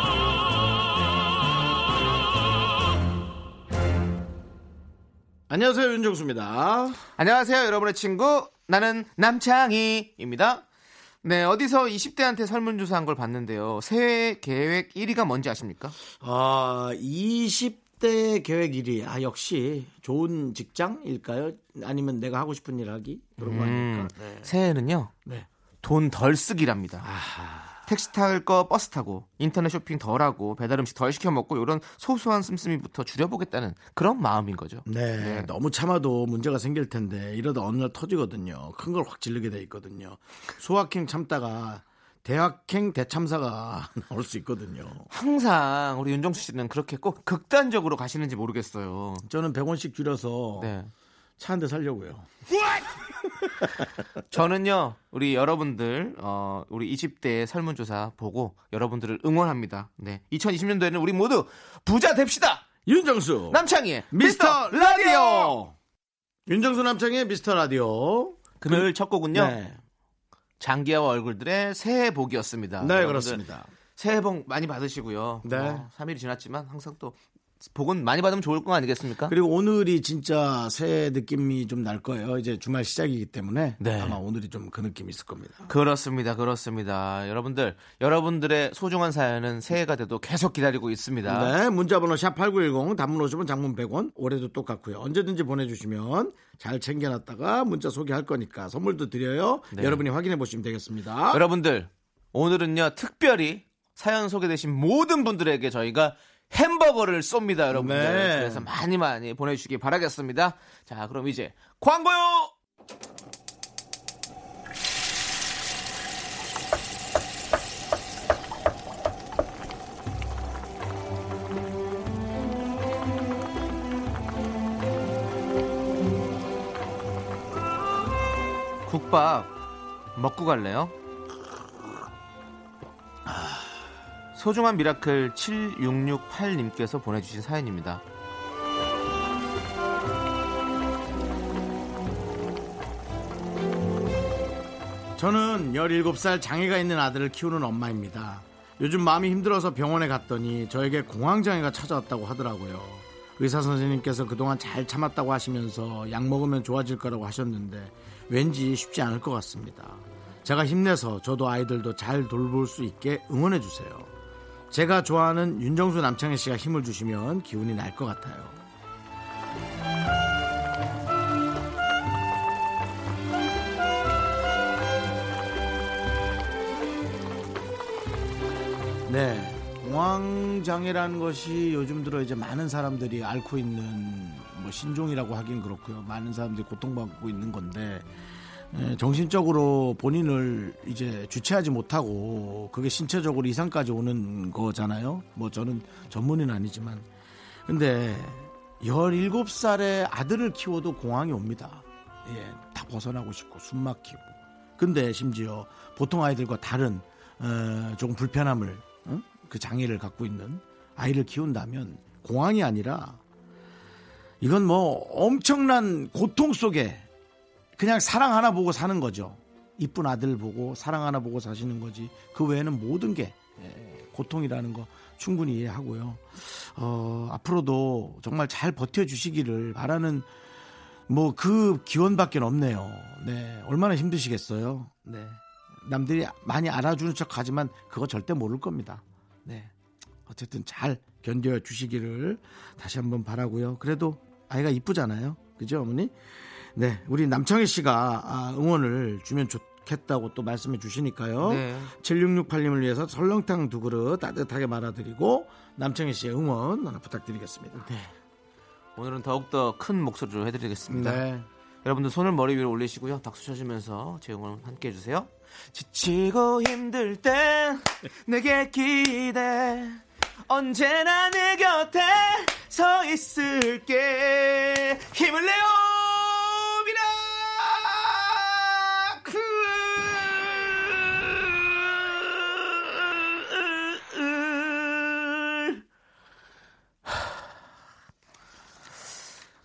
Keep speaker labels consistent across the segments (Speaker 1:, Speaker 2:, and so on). Speaker 1: 안녕하세요 윤정수입니다.
Speaker 2: 안녕하세요, 여러분의 친구. 나는 남창희입니다. 네, 어디서 20대한테 설문조사한 걸 봤는데요. 새해 계획 1위가 뭔지 아십니까?
Speaker 1: 아 20대 계획 1위. 아 역시 좋은 직장일까요? 아니면 내가 하고 싶은 일 하기 그런
Speaker 2: 음.
Speaker 1: 거 아닙니까?
Speaker 2: 새해는요,
Speaker 1: 네.
Speaker 2: 돈 덜 쓰기랍니다. 택시 탈 거 버스 타고, 인터넷 쇼핑 덜 하고, 배달 음식 덜 시켜 먹고, 이런 소소한 씀씀이부터 줄여보겠다는 그런 마음인 거죠.
Speaker 1: 네, 너무 참아도 문제가 생길 텐데 이러다 어느 날 터지거든요. 큰 걸 확 질르게 돼 있거든요. 소확행 참다가 대학행 대참사가 나올 수 있거든요.
Speaker 2: 항상 우리 윤정수 씨는 그렇게 꼭 극단적으로 가시는지 모르겠어요.
Speaker 1: 저는 100원씩 줄여서
Speaker 2: 네.
Speaker 1: 차 한 대 살려고요.
Speaker 2: 저는요 우리 여러분들 어, 우리 20대의 설문조사 보고 여러분들을 응원합니다. 네, 2020년도에는 우리 모두 부자 됩시다.
Speaker 1: 윤정수
Speaker 2: 남창희의
Speaker 1: 미스터
Speaker 2: 미스터 라디오.
Speaker 1: 라디오. 윤정수 남창의 미스터 라디오.
Speaker 2: 금요일 첫 곡은요
Speaker 1: 네,
Speaker 2: 장기하와 얼굴들의 새해 복이었습니다.
Speaker 1: 네
Speaker 2: 아, 여러분들
Speaker 1: 그렇습니다.
Speaker 2: 새해 복 많이 받으시고요. 어,
Speaker 1: 네.
Speaker 2: 3일이 지났지만 항상 또 복은 많이 받으면 좋을 거 아니겠습니까?
Speaker 1: 그리고 오늘이 진짜 새해 느낌이 좀 날 거예요. 이제 주말 시작이기 때문에
Speaker 2: 네.
Speaker 1: 아마 오늘이 좀 그 느낌이 있을 겁니다.
Speaker 2: 그렇습니다, 그렇습니다. 여러분들, 여러분들의 소중한 사연은 새해가 돼도 계속 기다리고 있습니다.
Speaker 1: 네, 문자번호 샵8910 단문 50원 장문 100원 올해도 똑같고요. 언제든지 보내주시면 잘 챙겨놨다가 문자 소개할 거니까 선물도 드려요.
Speaker 2: 네.
Speaker 1: 여러분이 확인해 보시면 되겠습니다.
Speaker 2: 여러분들 오늘은요 특별히 사연 소개되신 모든 분들에게 저희가 햄버거를 쏩니다 여러분들
Speaker 1: 네.
Speaker 2: 그래서 많이 많이 보내주시기 바라겠습니다 자 그럼 이제 광고요 국밥 먹고 갈래요? 소중한 미라클 7668님께서 보내주신 사연입니다.
Speaker 1: 저는 17살 장애가 있는 아들을 키우는 엄마입니다. 요즘 마음이 힘들어서 병원에 갔더니 저에게 공황장애가 찾아왔다고 하더라고요. 의사 선생님께서 그동안 잘 참았다고 하시면서 약 먹으면 좋아질 거라고 하셨는데 왠지 쉽지 않을 것 같습니다. 제가 힘내서 저도 아이들도 잘 돌볼 수 있게 응원해 주세요. 제가 좋아하는 윤정수 남창희 씨가 힘을 주시면 기운이 날 것 같아요. 네. 공황장애라는 것이 요즘 들어 이제 많은 사람들이 앓고 있는 뭐 신종이라고 하긴 그렇고요. 많은 사람들이 고통받고 있는 건데 에, 정신적으로 본인을 이제 주체하지 못하고 그게 신체적으로 이상까지 오는 거잖아요. 뭐 저는 전문의는 아니지만 근데 17살에 아들을 키워도 공황이 옵니다. 예, 다 벗어나고 싶고 숨 막히고. 근데 심지어 보통 아이들과 다른 어, 조금 불편함을 응? 그 장애를 갖고 있는 아이를 키운다면 공황이 아니라 이건 뭐 엄청난 고통 속에 그냥 사랑 하나 보고 사는 거죠. 이쁜 아들 보고 사랑 하나 보고 사시는 거지. 그 외에는 모든 게 예, 고통이라는 거 충분히 이해하고요. 어, 앞으로도 정말 잘 버텨주시기를 바라는 뭐 그 기원밖에 없네요. 네, 얼마나 힘드시겠어요. 네, 남들이 많이 알아주는 척하지만 그거 절대 모를 겁니다. 네, 어쨌든 잘 견뎌 주시기를 다시 한번 바라고요. 그래도 아이가 이쁘잖아요. 그죠 어머니? 네, 우리 남창희 씨가 아, 응원을 주면 좋겠다고 또 말씀해 주시니까요.
Speaker 2: 네.
Speaker 1: 7668님을 위해서 설렁탕 두 그릇 따뜻하게 말아드리고 남창희 씨의 응원 하나 부탁드리겠습니다.
Speaker 2: 네, 오늘은 더욱더 큰 목소리로 해드리겠습니다.
Speaker 1: 네.
Speaker 2: 여러분들 손을 머리 위로 올리시고요. 박수 쳐주면서 제 응원 함께 해주세요. 지치고 힘들 땐 내게 기대 언제나 내 곁에 서 있을게 힘을 내요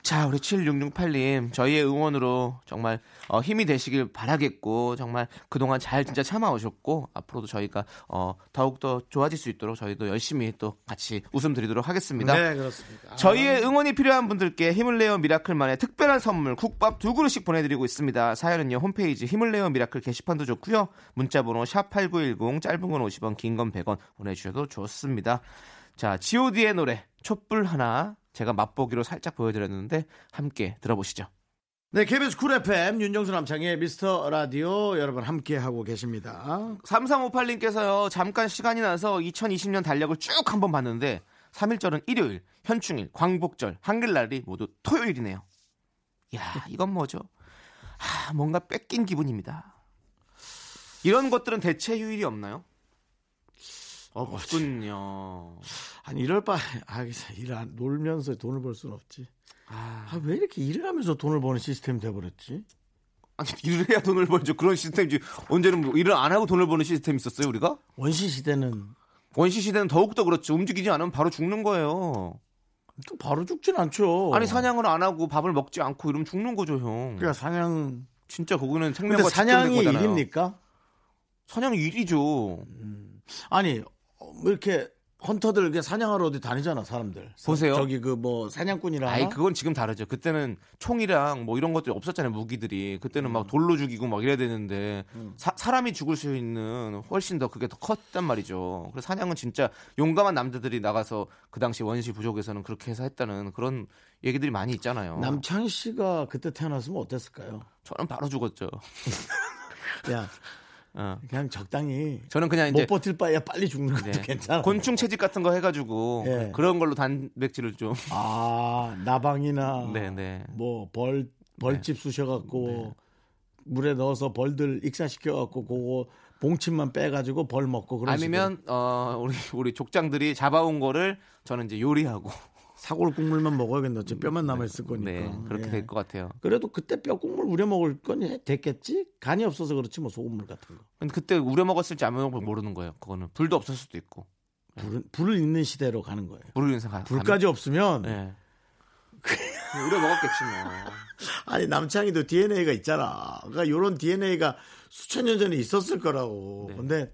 Speaker 2: 자, 우리 7668님, 저희의 응원으로 정말 어, 힘이 되시길 바라겠고, 정말 그동안 잘 진짜 참아오셨고, 앞으로도 저희가 어, 더욱더 좋아질 수 있도록 저희도 열심히 또 같이 웃음 드리도록 하겠습니다.
Speaker 1: 네, 그렇습니다.
Speaker 2: 저희의 응원이 필요한 분들께 힘을 내어 미라클만의 특별한 선물 국밥 두 그릇씩 보내드리고 있습니다. 사연은요 홈페이지 힘을 내어 미라클 게시판도 좋고요 문자번호 샵 #8910 짧은 건 50원, 긴 건 100원 보내주셔도 좋습니다. 자, G.O.D의 의 노래 촛불 하나 제가 맛보기로 살짝 보여드렸는데 함께 들어보시죠.
Speaker 1: 네, KBS 쿨 FM 윤정수 남창의 미스터 라디오 여러분 함께 하고 계십니다.
Speaker 2: 3358님께서요 잠깐 시간이 나서 2020년 달력을 쭉 한번 봤는데 3일절은 일요일, 현충일, 광복절, 한글날이 모두 토요일이네요. 야 이건 뭐죠? 아 뭔가 뺏긴 기분입니다. 이런 것들은 대체 휴일이 없나요? 어, 없군요.
Speaker 1: 아니 이럴 바에 아, 일안 놀면서 돈을 벌 수는 없지.
Speaker 2: 아,
Speaker 1: 아, 왜 이렇게 일을 하면서 돈을 버는 시스템 돼버렸지?
Speaker 2: 아니 일을 해야 돈을 벌죠. 그런 시스템이지. 언제는 뭐 일을 안 하고 돈을 버는 시스템 있었어요 우리가?
Speaker 1: 원시 시대는
Speaker 2: 원시 시대는 더욱더 그렇죠. 움직이지 않으면 바로 죽는 거예요.
Speaker 1: 또 바로 죽진 않죠.
Speaker 2: 아니 사냥을 안 하고 밥을 먹지 않고 이러면 죽는 거죠 형.
Speaker 1: 어. 그러니까 사냥.
Speaker 2: 진짜 그거는 생명과
Speaker 1: 근데 사냥이
Speaker 2: 직결된 거잖아요.
Speaker 1: 일입니까? 어?
Speaker 2: 사냥이 일이죠.
Speaker 1: 아니 어, 뭐 이렇게 헌터들 이렇게 사냥하러 어디 다니잖아 사람들. 사-
Speaker 2: 보세요.
Speaker 1: 저기 그 뭐 사냥꾼이라.
Speaker 2: 아이 그건 지금 다르죠. 그때는 총이랑 뭐 이런 것들이 없었잖아요 무기들이. 그때는
Speaker 1: 음.
Speaker 2: 막 돌로 죽이고 막 이래야 되는데 사, 사람이 죽을 수 있는 훨씬 더 그게 더 컸단 말이죠. 그래서 사냥은 진짜 용감한 남자들이 나가서 그 당시 원시 부족에서는 그렇게 해서 했다는 그런 얘기들이 많이 있잖아요.
Speaker 1: 남창희 씨가 그때 태어났으면 어땠을까요?
Speaker 2: 저는 바로 죽었죠.
Speaker 1: 야
Speaker 2: 어.
Speaker 1: 그냥 적당히
Speaker 2: 저는 그냥
Speaker 1: 못
Speaker 2: 이제
Speaker 1: 버틸 바에야 빨리 죽는 것도
Speaker 2: 네.
Speaker 1: 괜찮아.
Speaker 2: 곤충 채집 같은 거 해가지고
Speaker 1: 예.
Speaker 2: 그런 걸로 단백질을 좀
Speaker 1: 아
Speaker 2: 어.
Speaker 1: 나방이나
Speaker 2: 네네. 네.
Speaker 1: 뭐 벌 벌집 쑤셔갖고 물에 넣어서 벌들 익사시켜갖고 그거 봉침만 빼가지고 벌 먹고 그런
Speaker 2: 아니면 어 우리 우리 족장들이 잡아온 거를 저는 이제 요리하고
Speaker 1: 식으로. 사골 국물만 먹어야겠네. 어차피 뼈만 남아 있을 거니까.
Speaker 2: 네 그렇게
Speaker 1: 예.
Speaker 2: 될 것 같아요.
Speaker 1: 그래도 그때 뼈 국물 우려 먹을 건 해- 됐겠지. 간이 없어서 그렇지 뭐 소금물 같은 거.
Speaker 2: 근데 그때 우려 먹었을지 안 먹었을지 모르는 거예요. 그거는 불도 없을 수도 있고
Speaker 1: 불은 불을 있는 시대로 가는 거예요.
Speaker 2: 불을 인생
Speaker 1: 불까지 없으면
Speaker 2: 네. 아, 네. 우려 먹었겠지 뭐.
Speaker 1: 아니 남창이도 DNA가 있잖아. 그러니까 이런 DNA가 수천 년 전에 있었을 거라고.
Speaker 2: 네.
Speaker 1: 근데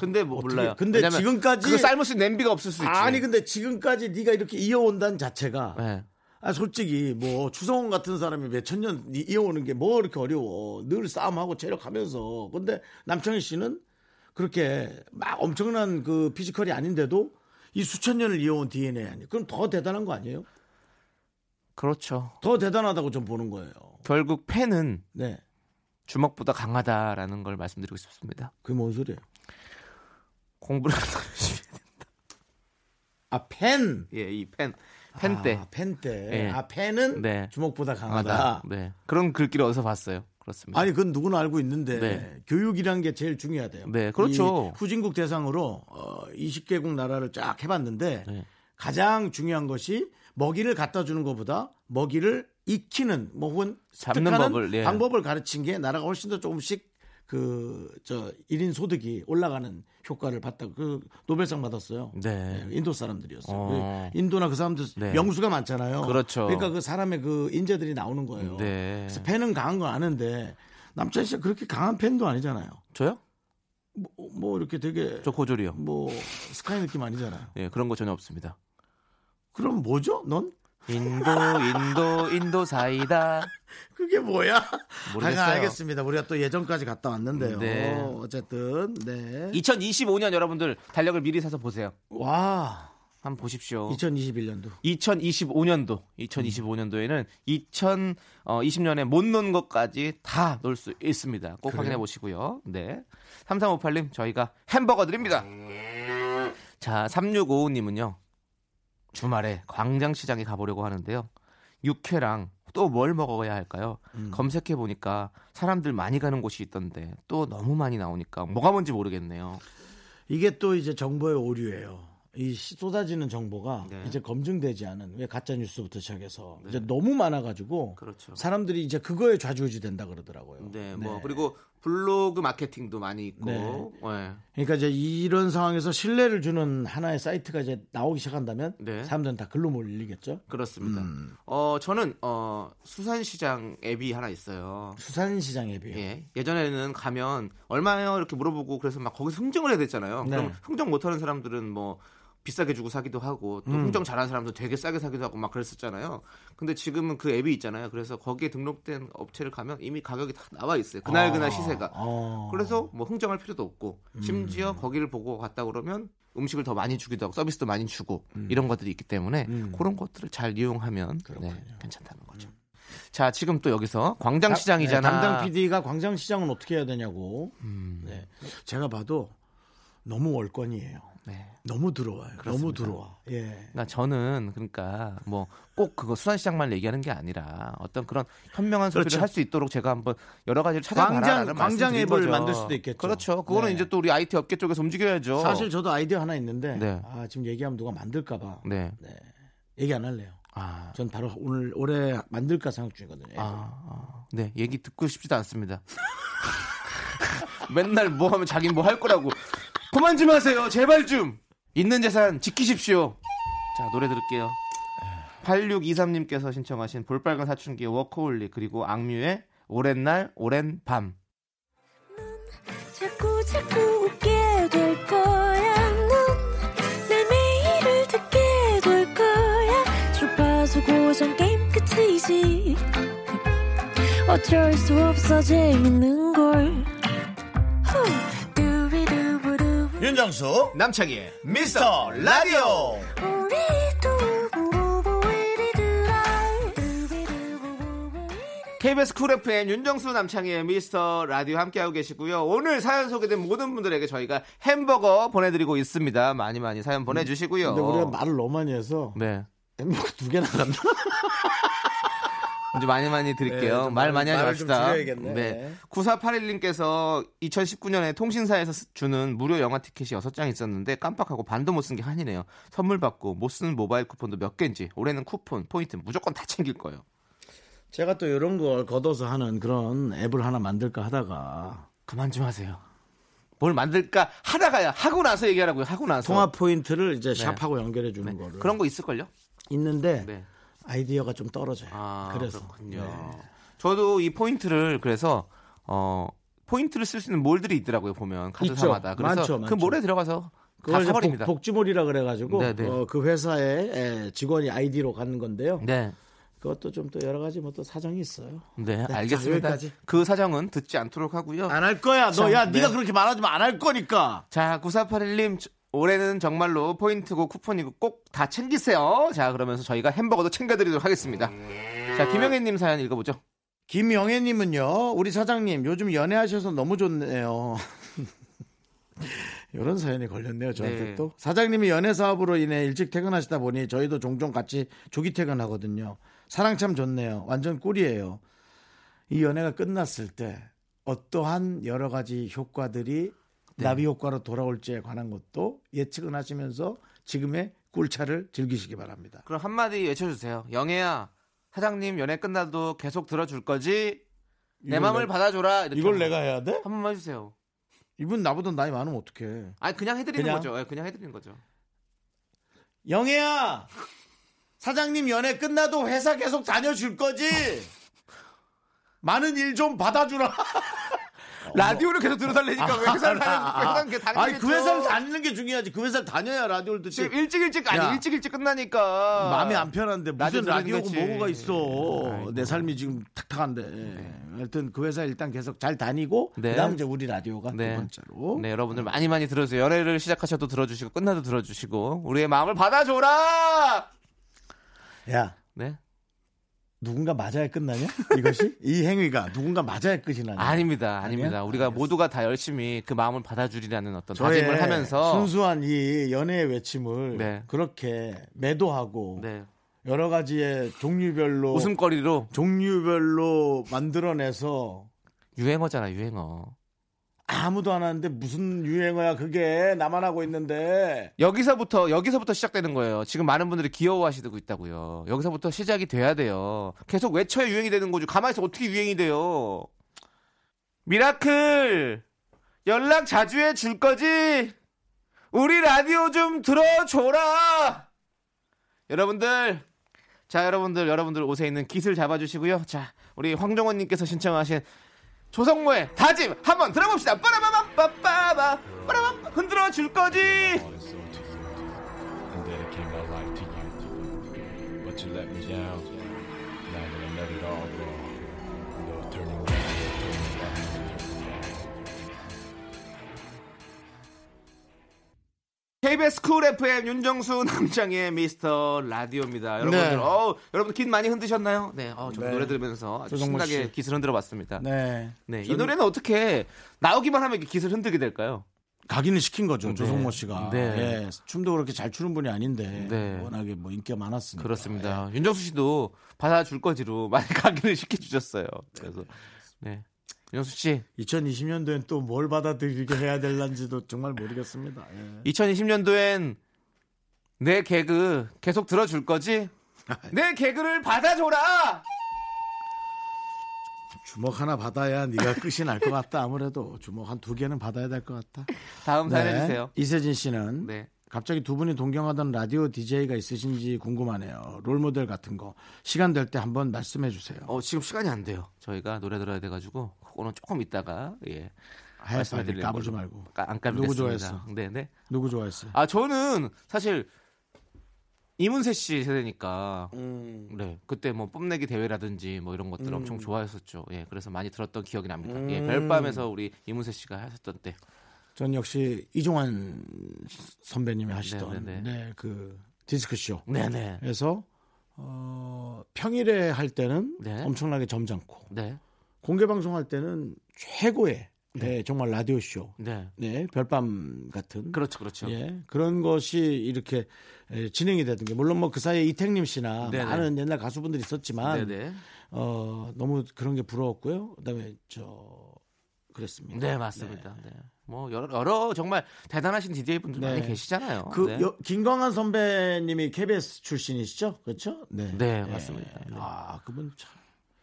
Speaker 2: 근데 뭐
Speaker 1: 어떻게-
Speaker 2: 몰라요.
Speaker 1: 근데
Speaker 2: 왜냐면
Speaker 1: 지금까지-
Speaker 2: 그거 삶을 수 있는 냄비가 없을 수 있지.
Speaker 1: 아니 그 근데 지금까지 네가 이렇게 이어온다는 자체가
Speaker 2: 네.
Speaker 1: 아 솔직히 뭐 추성훈 같은 사람이 몇 천 년 이어오는 게 뭐 이렇게 어려워 늘 싸움하고 체력하면서 근데 남창희 씨는 그렇게 막 엄청난 그 피지컬이 아닌데도 이 수천 년을 이어온 DNA 아니 그럼 더 대단한 거 아니에요?
Speaker 2: 그렇죠.
Speaker 1: 더 대단하다고 좀 보는 거예요.
Speaker 2: 결국 팬은
Speaker 1: 네,
Speaker 2: 주먹보다 강하다라는 걸 말씀드리고 싶습니다.
Speaker 1: 그게 뭔 소리예요?
Speaker 2: 공부를 더 열심히.
Speaker 1: 아 팬.
Speaker 2: 예, 이 팬. 팬 때.
Speaker 1: 아, 팬 때.
Speaker 2: 예.
Speaker 1: 아 팬은
Speaker 2: 네.
Speaker 1: 주먹보다 강하다.
Speaker 2: 강하다. 네. 그런 글귀를 어디서 봤어요. 그렇습니다.
Speaker 1: 아니 그건 누구나 알고 있는데
Speaker 2: 네.
Speaker 1: 교육이란 게 제일 중요하대요.
Speaker 2: 네, 그렇죠.
Speaker 1: 이 후진국 대상으로 어, 20개국 나라를 쫙 해봤는데
Speaker 2: 네.
Speaker 1: 가장 중요한 것이 먹이를 갖다 주는 것보다 먹이를 익히는 뭐 혹은
Speaker 2: 잡는
Speaker 1: 습득하는
Speaker 2: 법을, 예.
Speaker 1: 방법을 가르친 게 나라가 훨씬 더 조금씩 그 저 1인 소득이 올라가는 효과를 봤다고 그 노벨상 받았어요. 예,
Speaker 2: 네.
Speaker 1: 인도 사람들이었어요.
Speaker 2: 어.
Speaker 1: 그 인도나 그 사람들
Speaker 2: 네.
Speaker 1: 명수가 많잖아요.
Speaker 2: 그렇죠.
Speaker 1: 그러니까 그 사람의 그 인재들이 나오는 거예요.
Speaker 2: 네.
Speaker 1: 그래서 팬은 강한 건 아는데 남찬 씨가 그렇게 강한 팬도 아니잖아요.
Speaker 2: 저요?
Speaker 1: 뭐, 뭐 이렇게 되게
Speaker 2: 저 고졸이요.
Speaker 1: 뭐 스카이 느낌 아니잖아요.
Speaker 2: 예, 그런 거 전혀 없습니다.
Speaker 1: 그럼 뭐죠? 넌
Speaker 2: 인도, 인도, 인도 사이다.
Speaker 1: 그게 뭐야?
Speaker 2: 모르겠어요.
Speaker 1: 아, 알겠습니다. 우리가 또 예전까지 갔다 왔는데요.
Speaker 2: 네.
Speaker 1: 어쨌든 네.
Speaker 2: 2025년 여러분들 달력을 미리 사서 보세요.
Speaker 1: 와,
Speaker 2: 한번 보십시오.
Speaker 1: 2021년도
Speaker 2: 2025년도, 2025년도에는 2020년에 못 논 것까지 다 놀 수 있습니다. 꼭 확인해 보시고요. 네. 3358님, 저희가 햄버거 드립니다. 자, 3655님은요. 주말에 광장시장에 가보려고 하는데요. 육회랑 또 뭘 먹어야 할까요? 검색해 보니까 사람들 많이 가는 곳이 있던데 또 너무 많이 나오니까 뭐가 뭔지 모르겠네요.
Speaker 1: 이게 또 이제 정보의 오류예요. 이 시- 쏟아지는 정보가
Speaker 2: 네.
Speaker 1: 이제 검증되지 않은 왜 가짜 뉴스부터 시작해서 이제 너무 많아가지고
Speaker 2: 그렇죠.
Speaker 1: 사람들이 이제 그거에 좌지우지된다 그러더라고요.
Speaker 2: 네, 뭐 그리고 블로그 마케팅도 많이 있고. 네.
Speaker 1: 그러니까 이제 이런 상황에서 신뢰를 주는 하나의 사이트가 이제 나오기 시작한다면
Speaker 2: 네.
Speaker 1: 사람들은 다 글로 몰리겠죠.
Speaker 2: 그렇습니다. 어, 저는 어, 수산시장 앱이 하나 있어요.
Speaker 1: 수산시장 앱이요.
Speaker 2: 예. 예전에는 가면 얼마예요 이렇게 물어보고 그래서 막 거기서 흥정을 해야 됐잖아요.
Speaker 1: 네.
Speaker 2: 그럼 흥정 못하는 사람들은 뭐 비싸게 주고 사기도 하고 또 흥정 잘하는 사람도 되게 싸게 사기도 하고 막 그랬었잖아요. 근데 지금은 그 앱이 있잖아요. 그래서 거기에 등록된 업체를 가면 이미 가격이 다 나와 있어요. 그날
Speaker 1: 아,
Speaker 2: 그날 시세가.
Speaker 1: 어. 음.
Speaker 2: 그래서 뭐 흥정할 필요도 없고 심지어 거기를 보고 갔다 그러면 음식을 더 많이 주기도 하고 서비스도 많이 주고
Speaker 1: 음.
Speaker 2: 이런 것들이 있기 때문에 그런 것들을 잘 이용하면 네, 괜찮다는 거죠. 자 지금 또 여기서 광장시장이잖아.
Speaker 1: 음. 네, 담당 PD가 광장시장은 어떻게 해야 되냐고.
Speaker 2: 음.
Speaker 1: 네. 제가 봐도 너무 월권이에요.
Speaker 2: 네.
Speaker 1: 너무 들어와요. 너무
Speaker 2: 그렇습니다.
Speaker 1: 들어와. 예.
Speaker 2: 그러니까 저는 그러니까 뭐 꼭 그거 수산시장만 얘기하는 게 아니라 어떤 그런 현명한 소비를
Speaker 1: 그렇죠.
Speaker 2: 할 수 있도록 제가 한번 여러 가지를
Speaker 1: 광장-
Speaker 2: 찾아봐라라는
Speaker 1: 광장
Speaker 2: 말씀드린
Speaker 1: 앱을
Speaker 2: 거죠.
Speaker 1: 만들 수도 있겠죠.
Speaker 2: 그렇죠. 그거는
Speaker 1: 네.
Speaker 2: 이제 또 우리 IT 업계 쪽에서 움직여야죠.
Speaker 1: 사실 저도 아이디어 하나 있는데
Speaker 2: 네.
Speaker 1: 아, 지금 얘기하면 누가 만들까봐
Speaker 2: 네.
Speaker 1: 얘기 안 할래요.
Speaker 2: 아,
Speaker 1: 전 바로 오늘 올해 만들까 생각 중이거든요.
Speaker 2: 아, 아. 네 얘기 듣고 싶지도 않습니다. 맨날 뭐 하면 자기 뭐 할 거라고 그만 좀 하세요. 제발 좀 있는 재산 지키십시오. 자 노래 들을게요. 8623님께서 신청하신 볼빨간 사춘기의 워커홀리 그리고 악뮤의 오랜 날 오랜 밤
Speaker 3: 자꾸 자꾸 웃게 될 거야. 넌내 매일을 듣게 될 거야. 주파수 고정 게임 끝이지. 어쩔 수 없어 재밌는 걸. 후. 두비두부두.
Speaker 1: 윤정수
Speaker 2: 남창희의
Speaker 1: 미스터 라디오
Speaker 3: 우리 두부부부 우리 두라. 두비두부부부 우리
Speaker 2: KBS 쿨 FM 윤정수 남창희의 미스터 라디오 함께하고 계시고요 오늘 사연 소개된 모든 분들에게 저희가 햄버거 보내드리고 있습니다 많이 많이 사연 보내주시고요
Speaker 1: 근데 우리가 말을 너무 많이 해서
Speaker 2: 어. 네
Speaker 1: 햄버거 두 개나 간다.
Speaker 2: 이제 많이 많이
Speaker 1: 네,
Speaker 2: 드릴게요.
Speaker 1: 좀
Speaker 2: 말 많이 하지
Speaker 1: 말을 좀
Speaker 2: 맙시다.
Speaker 1: 줄여야겠네. 네.
Speaker 2: 9481님께서 2019년에 통신사에서 쓰- 주는 무료 영화 티켓이 6장 있었는데 깜빡하고 반도 못 쓴 게 한이네요. 선물 받고 못 쓰는 모바일 쿠폰도 몇 개인지 올해는 쿠폰, 포인트 무조건 다 챙길 거예요.
Speaker 1: 제가 또 이런 걸 걷어서 하는 그런 앱을 하나 만들까 하다가
Speaker 2: 그만 좀 하세요. 뭘 만들까 하다가야 하고 나서 얘기하라고요. 하고 나서.
Speaker 1: 통합 포인트를 이제 샵하고 연결해 주는 거를
Speaker 2: 네. 그런 거 있을걸요?
Speaker 1: 있는데
Speaker 2: 네.
Speaker 1: 아이디어가 좀 떨어져요.
Speaker 2: 아,
Speaker 1: 그래서
Speaker 2: 그렇군요.
Speaker 1: 네.
Speaker 2: 저도 이 포인트를 그래서 어 포인트를 쓸 수 있는 몰들이 있더라고요 보면 카드사마다
Speaker 1: 있죠.
Speaker 2: 그래서
Speaker 1: 많죠,
Speaker 2: 그
Speaker 1: 많죠.
Speaker 2: 몰에 들어가서 다
Speaker 1: 그걸 이제
Speaker 2: 사버립니다.
Speaker 1: 복, 지몰이라 그래가지고
Speaker 2: 네, 네.
Speaker 1: 어, 그 회사의 에, 직원이 아이디로 가는 건데요.
Speaker 2: 네.
Speaker 1: 그것도 좀 또 여러 가지 뭐 또 사정이 있어요.
Speaker 2: 네,
Speaker 1: 자,
Speaker 2: 알겠습니다.
Speaker 1: 여기까지. 아.
Speaker 2: 그 사정은 듣지 않도록 하고요.
Speaker 1: 안 할 거야.
Speaker 2: 참,
Speaker 1: 너 야
Speaker 2: 네.
Speaker 1: 네가 그렇게 말하지면 안 할 거니까.
Speaker 2: 자, 9481님 올해는 정말로 포인트고 쿠폰이고 꼭 다 챙기세요. 자, 그러면서 저희가 햄버거도 챙겨드리도록 하겠습니다. 자, 김영애님 사연 읽어보죠.
Speaker 1: 김영애님은요, 우리 사장님 요즘 연애하셔서 너무 좋네요. 이런 사연이 걸렸네요, 저한테
Speaker 2: 네.
Speaker 1: 또. 사장님이 연애 사업으로 인해 일찍 퇴근하시다 보니 저희도 종종 같이 조기 퇴근하거든요. 사랑 참 좋네요. 완전 꿀이에요. 이 연애가 끝났을 때 어떠한 여러 가지 효과들이
Speaker 2: 네.
Speaker 1: 나비 효과로 돌아올지에 관한 것도 예측은 하시면서 지금의 꿀차를 즐기시기 바랍니다.
Speaker 2: 그럼 한마디 외쳐주세요. 영애야, 사장님 연애 끝나도 계속 들어줄 거지? 내
Speaker 1: 이걸
Speaker 2: 마음을
Speaker 1: 내-
Speaker 2: 받아줘라. 이렇게
Speaker 1: 이걸
Speaker 2: 한번-
Speaker 1: 내가 해야 돼?
Speaker 2: 한 번만 해주세요.
Speaker 1: 이분 나보다 나이 많으면 어떡해.
Speaker 2: 아니 그냥 해드리는
Speaker 1: 그냥?
Speaker 2: 거죠. 예, 그냥 해드리는 거죠.
Speaker 1: 영애야 사장님 연애 끝나도 회사 계속 다녀줄 거지 많은 일 좀 받아주라 어.
Speaker 2: 라디오를 계속 들어달래니까 왜 그러니까
Speaker 1: 그
Speaker 2: 회사를 다니는 게 다니는
Speaker 1: 아니 그 회사를 다니는 게 중요하지 그 회사를 다녀야 라디오를 듣지
Speaker 2: 지금 일찍 일찍 아니
Speaker 1: 야.
Speaker 2: 일찍 일찍 끝나니까
Speaker 1: 마음이 안 편한데 무슨
Speaker 2: 라디오
Speaker 1: 라디오고
Speaker 2: 듣는
Speaker 1: 뭐고가
Speaker 2: 거지.
Speaker 1: 있어
Speaker 2: 아이고.
Speaker 1: 내 삶이 지금 탁탁한데 하여튼 그 회사 일단 계속 잘 다니고
Speaker 2: 네.
Speaker 1: 그다음 이제 우리 라디오가
Speaker 2: 네.
Speaker 1: 두 번째로
Speaker 2: 네, 여러분들 많이 많이 들어주세요. 연애를 시작하셔도 들어주시고 끝나도 들어주시고 우리의 마음을 받아줘라.
Speaker 1: 야
Speaker 2: 네,
Speaker 1: 누군가 맞아야 끝나냐 이것이 이 행위가 누군가 맞아야 끝이 나냐
Speaker 2: 아닙니다, 아닙니다.
Speaker 1: 아니야?
Speaker 2: 우리가
Speaker 1: 알겠어.
Speaker 2: 모두가 다 열심히 그 마음을 받아주리라는 어떤
Speaker 1: 저의
Speaker 2: 다짐을 하면서
Speaker 1: 순수한 이 연애의 외침을
Speaker 2: 네.
Speaker 1: 그렇게 매도하고
Speaker 2: 네,
Speaker 1: 여러 가지의 종류별로
Speaker 2: 웃음거리로
Speaker 1: 종류별로 만들어내서
Speaker 2: 유행어잖아, 유행어.
Speaker 1: 아무도 안 하는데 무슨 유행어야 그게 나만 하고 있는데
Speaker 2: 여기서부터 여기서부터 시작되는 거예요. 지금 많은 분들이 귀여워하시고 있다고요. 여기서부터 시작이 돼야 돼요. 계속 외쳐야 유행이 되는 거죠. 가만히 있어 어떻게 유행이 돼요? 미라클 연락 자주 해 줄 거지? 우리 라디오 좀 들어줘라. 여러분들 자 여러분들 여러분들 옷에 있는 깃을 잡아주시고요. 자 우리 황정원님께서 신청하신 조성모의 다짐 한번 들어봅시다. 빠라바바 빠빠바 빠라바 흔들어 줄 거지.
Speaker 4: and dedicate my life to you. But you let me down. Now that I let it all go, no turning back.
Speaker 2: KBS 쿨 FM 윤정수 남창의 미스터 라디오입니다. 여러분들,
Speaker 1: 네.
Speaker 2: 어우, 여러분 깃 많이 흔드셨나요? 네, 어, 저
Speaker 1: 네.
Speaker 2: 노래 들으면서 아주
Speaker 1: 조성모
Speaker 2: 신나게
Speaker 1: 씨.
Speaker 2: 깃을 흔들어봤습니다. 네,
Speaker 1: 네.
Speaker 2: 이 노래는 어떻게 나오기만 하면 이렇게 깃을 흔들게 될까요?
Speaker 1: 가기는 시킨 거죠 조성모 씨가.
Speaker 2: 네.
Speaker 1: 예, 춤도 그렇게 잘 추는 분이 아닌데
Speaker 2: 네.
Speaker 1: 워낙에 뭐 인기가 많았으니까.
Speaker 2: 그렇습니다. 윤정수 씨도 받아줄 거지로 많이 가기를 시켜주셨어요. 그래서 네, 윤정수 씨,
Speaker 1: 2020년도엔 또 뭘 받아들이게 해야 될란지도 정말 모르겠습니다. 예.
Speaker 2: 2020년도엔 내 개그 계속 들어줄 거지? 내 개그를 받아줘라.
Speaker 1: 주먹 하나 받아야 네가 끝이 날 것 같다. 아무래도 주먹 한 두 개는 받아야 될 것 같다.
Speaker 2: 다음 사연
Speaker 1: 네.
Speaker 2: 해주세요.
Speaker 1: 이세진 씨는
Speaker 2: 네.
Speaker 1: 갑자기 두 분이 동경하던 라디오 DJ가 있으신지 궁금하네요. 롤모델 같은 거 시간 될 때 한번 말씀해 주세요.
Speaker 2: 어, 지금 시간이 안 돼요. 저희가 노래 들어야 돼가지고 그거는 조금 있다가 예.
Speaker 1: 하야 빨리
Speaker 2: 말씀드리는
Speaker 1: 까불지
Speaker 2: 걸로.
Speaker 1: 말고.
Speaker 2: 까- 안
Speaker 1: 누구
Speaker 2: 까불겠습니다.
Speaker 1: 좋아했어?
Speaker 2: 네네.
Speaker 1: 누구 좋아했어요?
Speaker 2: 아 저는 사실 이문세 씨 세대니까
Speaker 1: 음.
Speaker 2: 네 그때 뭐 뽐내기 대회라든지 뭐 이런 것들 엄청 좋아했었죠. 예, 그래서 많이 들었던 기억이 납니다.
Speaker 1: 음.
Speaker 2: 예, 별밤에서 우리 이문세 씨가 하셨던 때.
Speaker 1: 전 역시 이종환 선배님이 하시던
Speaker 2: 네, 네,
Speaker 1: 네, 그 디스크 쇼.
Speaker 2: 네네.
Speaker 1: 그래서 어, 평일에 할 때는
Speaker 2: 네.
Speaker 1: 엄청나게 점잖고
Speaker 2: 네.
Speaker 1: 공개 방송할 때는 최고의 네, 정말 라디오 쇼.
Speaker 2: 네.
Speaker 1: 네, 별밤 같은
Speaker 2: 그렇죠, 그렇죠.
Speaker 1: 예, 그런 것이 이렇게 에, 진행이 되던 게 물론 뭐 그 사이에 이택림 씨나
Speaker 2: 네네.
Speaker 1: 많은 옛날 가수분들이 있었지만
Speaker 2: 네네.
Speaker 1: 어, 너무 그런 게 부러웠고요. 그다음에 저 그랬습니다.
Speaker 2: 네 맞습니다. 네. 뭐 여러, 여러 정말 대단하신 DJ 분들 많이
Speaker 1: 네.
Speaker 2: 계시잖아요.
Speaker 1: 그
Speaker 2: 네.
Speaker 1: 여- 김광한 선배님이 KBS 출신이시죠? 그렇죠? 네.
Speaker 2: 네,
Speaker 1: 예.
Speaker 2: 맞습니다. 네.
Speaker 1: 아, 그분 참.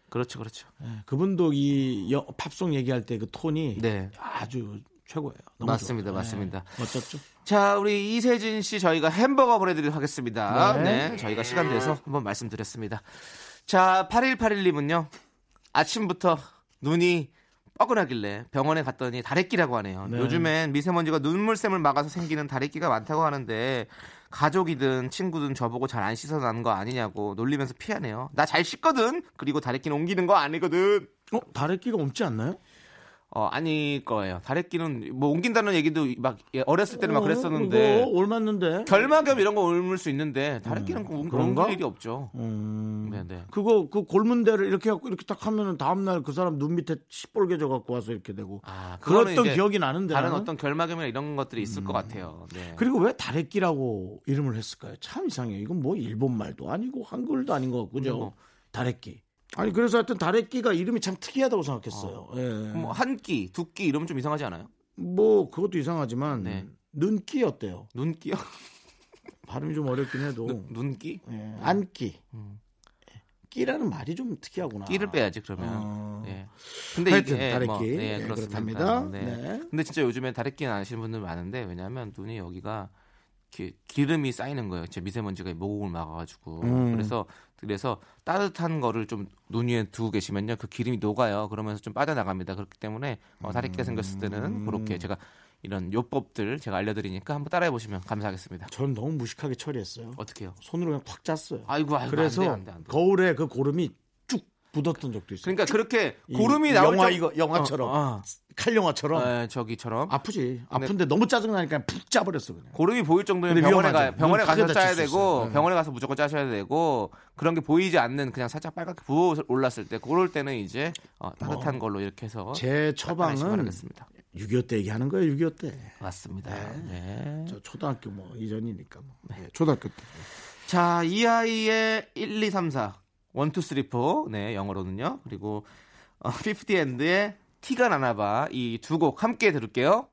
Speaker 2: 그렇죠, 그렇죠.
Speaker 1: 예, 그분도 이 여- 팝송 얘기할 때 그 톤이
Speaker 2: 네.
Speaker 1: 아주 최고예요. 너무
Speaker 2: 맞습니다,
Speaker 1: 좋아요.
Speaker 2: 맞습니다.
Speaker 1: 예, 멋졌죠?
Speaker 2: 자, 우리 이세진 씨 저희가 햄버거 보내드리도록 하겠습니다. 네.
Speaker 1: 네.
Speaker 2: 저희가 시간 돼서 한번 말씀드렸습니다. 자, 8181님은요. 아침부터 눈이 뻐근하길래 병원에 갔더니 다래끼라고 하네요.
Speaker 1: 네.
Speaker 2: 요즘엔 미세먼지가 눈물샘을 막아서 생기는 다래끼가 많다고 하는데 가족이든 친구든 저보고 잘 안 씻어나는 거 아니냐고 놀리면서 피하네요. 나 잘 씻거든. 그리고 다래끼는 옮기는 거 아니거든.
Speaker 1: 어, 다래끼가 없지 않나요?
Speaker 2: 어, 아닐 거예요. 다래끼는 뭐 옮긴다는 얘기도 막 예, 어렸을 뭐? 때는 막 그랬었는데
Speaker 1: 어, 그거 올맞는데.
Speaker 2: 결막염 이런 거 옮을 수 있는데 다래끼는 음, 그런
Speaker 1: 그런가?
Speaker 2: 거 일이 없죠.
Speaker 1: 음.
Speaker 2: 네네.
Speaker 1: 그거 그 골문대를 이렇게 갖고 이렇게 딱 하면은 다음 날 그 사람 눈 밑에 시뻘게 져 갖고 와서 이렇게 되고.
Speaker 2: 아, 그거는
Speaker 1: 그랬던
Speaker 2: 이제
Speaker 1: 기억이 나는데.
Speaker 2: 다른
Speaker 1: 나는. 음.
Speaker 2: 어떤 결막염이나 이런 것들이 있을 것 같아요. 네.
Speaker 1: 그리고 왜 다래끼라고 이름을 했을까요? 참 이상해요. 이건 뭐 일본 말도 아니고 한글도 아닌 것 같고 그죠?
Speaker 2: 뭐.
Speaker 1: 다래끼. 아니 그래서 하여튼 다래끼가 이름이 참 특이하다고 생각했어요. 예.
Speaker 2: 뭐
Speaker 1: 뭐,
Speaker 2: 한 끼, 두 끼 이러면 좀 이상하지 않아요?
Speaker 1: 그것도 이상하지만
Speaker 2: 네.
Speaker 1: 눈끼 어때요?
Speaker 2: 눈끼요?
Speaker 1: 발음이 좀 어렵긴 해도
Speaker 2: 눈끼? 음.
Speaker 1: 예, 안끼. 끼라는 말이 좀 특이하구나.
Speaker 2: 끼를 빼야지 그러면.
Speaker 1: 아. 어.
Speaker 2: 예. 근데
Speaker 1: 하여튼
Speaker 2: 이게
Speaker 1: 다래끼.
Speaker 2: 뭐, 예,
Speaker 1: 예,
Speaker 2: 그렇습니다.
Speaker 1: 그렇답니다.
Speaker 2: 네.
Speaker 1: 네.
Speaker 2: 근데 진짜 요즘에 다래끼는 안 하시는 분들 많은데 왜냐하면 눈이 여기가 이렇게 기름이 쌓이는 거예요. 제 미세먼지가 모공을 막아가지고
Speaker 1: 음.
Speaker 2: 그래서 그래서 따뜻한 거를 좀 눈 위에 두고 계시면요 그 기름이 녹아요. 그러면서 좀 빠져나갑니다. 그렇기 때문에 어, 다래끼가 생겼을
Speaker 1: 음.
Speaker 2: 때는 그렇게 제가 이런 요법들 제가 알려드리니까 한번 따라해 보시면 감사하겠습니다.
Speaker 1: 전 너무 무식하게 처리했어요.
Speaker 2: 어떻게요?
Speaker 1: 손으로 그냥 팍 짰어요.
Speaker 2: 아이고 아이고
Speaker 1: 그래서
Speaker 2: 안 돼, 안 돼, 안 돼.
Speaker 1: 거울에 그 고름이 쭉 묻었던 적도 있어요.
Speaker 2: 그러니까 그렇게
Speaker 1: 이
Speaker 2: 고름이 나올
Speaker 1: 영화
Speaker 2: 정-
Speaker 1: 이거 영화처럼
Speaker 2: 어, 네.
Speaker 1: 칼 영화처럼
Speaker 2: 어. 에, 저기처럼
Speaker 1: 아프지. 아픈데 너무 짜증 나니까 푹 짜버렸어 그냥.
Speaker 2: 고름이 보일 정도면
Speaker 1: 근데
Speaker 2: 병원에 가
Speaker 1: 위험하죠.
Speaker 2: 병원에
Speaker 1: 눈 크게
Speaker 2: 가서 짜야
Speaker 1: 다칠 수
Speaker 2: 되고
Speaker 1: 있어요.
Speaker 2: 병원에 가서 무조건 짜셔야 되고 그런 게 보이지 않는 그냥 살짝 빨갛게 부어 올랐을 때 그럴 때는 이제 어, 따뜻한 걸로 이렇게 해서
Speaker 1: 제
Speaker 2: 하시기
Speaker 1: 처방은
Speaker 2: 바라겠습니다.
Speaker 1: 6.25 때 얘기하는 거예요. 6.25 때.
Speaker 2: 맞습니다. 네.
Speaker 1: 저 초등학교 뭐 이전이니까 뭐. 예, 초등학교 때.
Speaker 2: 자, 이 아이의 1, 2, 3, 4. 1, 2, 3, 4. 네, 영어로는요. 그리고 어, 50앤드의 티가 나나봐 이 두 곡 함께 들을게요.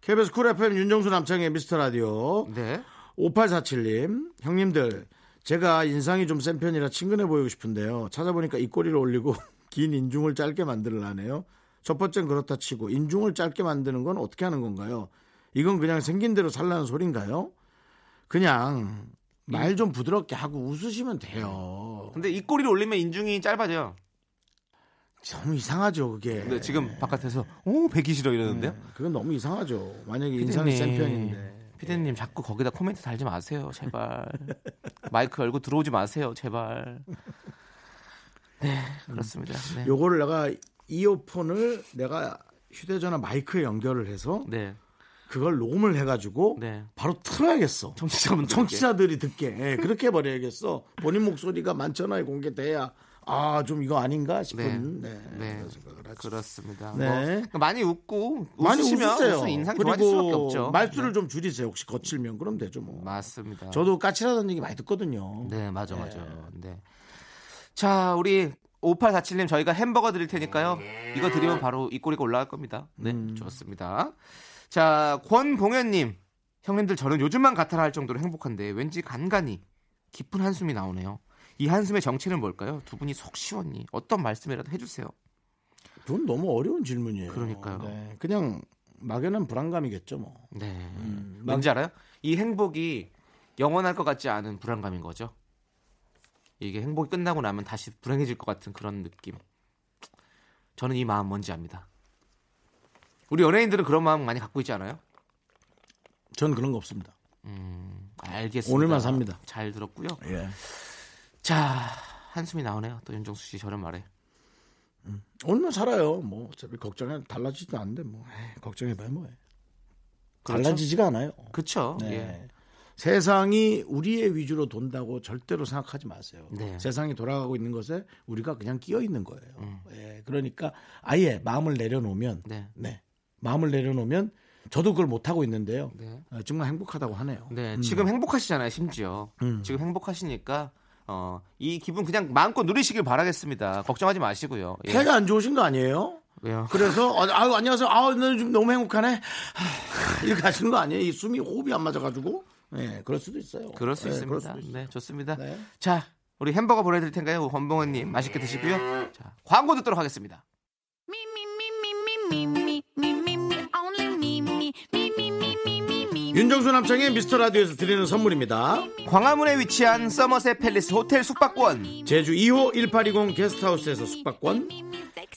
Speaker 1: KBS 쿨 FM 윤정수 남창의 미스터 라디오
Speaker 2: 네.
Speaker 1: 5847님 형님들 제가 인상이 좀 센 편이라 친근해 보이고 싶은데요. 찾아보니까 입꼬리를 올리고 긴 인중을 짧게 만들라네요. 첫 번째는 그렇다 치고 인중을 짧게 만드는 건 어떻게 하는 건가요? 이건 그냥 생긴 대로 살라는 소린가요? 그냥 말 좀 부드럽게 하고 웃으시면 돼요.
Speaker 2: 근데 이 꼬리를 올리면 인중이 짧아져요.
Speaker 1: 너무 이상하죠 그게.
Speaker 2: 근데 지금 바깥에서 오 배기 싫어 이러는데요.
Speaker 1: 그건 너무 이상하죠. 만약에 인상이 센 편인데.
Speaker 2: 네. 피디님 자꾸 거기다 코멘트 달지 마세요 제발 마이크 열고 들어오지 마세요 제발 네 그렇습니다 네.
Speaker 1: 음. 요거를 내가 이어폰을 내가 휴대전화 마이크에 연결을 해서
Speaker 2: 네.
Speaker 1: 그걸 녹음을 해가지고
Speaker 2: 네.
Speaker 1: 바로 틀어야겠어.
Speaker 2: 청취자분
Speaker 1: 청취자들이 듣게 예, 그렇게 해버려야겠어. 본인 목소리가 만천하에 공개돼야 아 좀 이거 아닌가 싶은 네,
Speaker 2: 네.
Speaker 1: 그런 생각을 하죠.
Speaker 2: 그렇습니다
Speaker 1: 네.
Speaker 2: 뭐, 그러니까 많이 웃고
Speaker 1: 많이
Speaker 2: 웃으시면
Speaker 1: 웃으세요.
Speaker 2: 웃음 인상이 좋아질 수밖에 없죠
Speaker 1: 그리고 말수를 좀 줄이세요. 혹시 거칠면 그럼 되죠 뭐.
Speaker 2: 네. 맞습니다
Speaker 1: 저도 까칠하다는 얘기 많이 듣거든요.
Speaker 2: 네 맞아 맞아 네. 자 우리 5847님 저희가 햄버거 드릴 테니까요 이거 드리면 바로 이 꼬리가 올라갈 겁니다 네 좋습니다 자 권봉현님 형님들 저는 요즘만 같아라 할 정도로 행복한데 왠지 간간히 깊은 한숨이 나오네요 이 한숨의 정체는 뭘까요 두 분이 속 시원히 어떤 말씀이라도 해주세요
Speaker 1: 그건 너무 어려운 질문이에요.
Speaker 2: 그러니까요.
Speaker 1: 네, 그냥 막연한 불안감이겠죠 뭐.
Speaker 2: 네 뭔지 알아요 이 행복이 영원할 것 같지 않은 불안감인 거죠 이게 행복이 끝나고 나면 다시 불행해질 것 같은 그런 느낌 저는 이 마음 뭔지 압니다 우리 연예인들은 그런 마음 많이 갖고 있지 않아요?
Speaker 1: 전 그런 거 없습니다.
Speaker 2: 음, 알겠습니다.
Speaker 1: 오늘만 삽니다.
Speaker 2: 잘 들었고요.
Speaker 1: 예.
Speaker 2: 자, 한숨이 나오네요. 또 윤정수 씨 저런 말에.
Speaker 1: 오늘만 살아요. 뭐 어차피 걱정해 달라지지도 않는데 뭐 에이, 걱정해봐야 뭐해.
Speaker 2: 그렇죠?
Speaker 1: 달라지지가 않아요.
Speaker 2: 그쵸?
Speaker 1: 네.
Speaker 2: 예.
Speaker 1: 세상이 우리의 위주로 돈다고 절대로 생각하지 마세요.
Speaker 2: 네.
Speaker 1: 세상이 돌아가고 있는 것에 우리가 그냥 끼어 있는 거예요.
Speaker 2: 음.
Speaker 1: 예, 그러니까 아예 마음을 내려놓으면
Speaker 2: 네.
Speaker 1: 네. 마음을 내려놓으면 저도 그걸 못 하고 있는데요.
Speaker 2: 네.
Speaker 1: 어, 정말 행복하다고 하네요.
Speaker 2: 네, 지금 행복하시잖아요, 심지어.
Speaker 1: 음.
Speaker 2: 지금 행복하시니까, 어, 이 기분 그냥 마음껏 누리시길 바라겠습니다. 걱정하지 마시고요. 예.
Speaker 1: 태가 안 좋으신 거 아니에요?
Speaker 2: 왜요?
Speaker 1: 그래서 어, 아유 안녕하세요. 아우 나 지금 너무 행복하네. 하, 이렇게 하시는 거 아니에요? 이 숨이 호흡이 안 맞아가지고. 네, 그럴 수도 있어요.
Speaker 2: 그럴 수
Speaker 1: 네,
Speaker 2: 있습니다.
Speaker 1: 그럴 수도 있어요.
Speaker 2: 네, 좋습니다.
Speaker 1: 네.
Speaker 2: 자, 우리 햄버거 보내드릴 텐가요? 권봉원님, 맛있게 드시고요. 자, 광고 듣도록 하겠습니다.
Speaker 3: Me, me, me, me, me, me, me, me, me, me, only me, me, me, me, me, me, me, me.
Speaker 1: 윤정수 남창의 미스터 라디오에서 드리는 선물입니다.
Speaker 2: 광화문에 위치한 서머셋 팰리스 호텔 숙박권,
Speaker 1: 제주 2호 1820 게스트하우스에서 숙박권,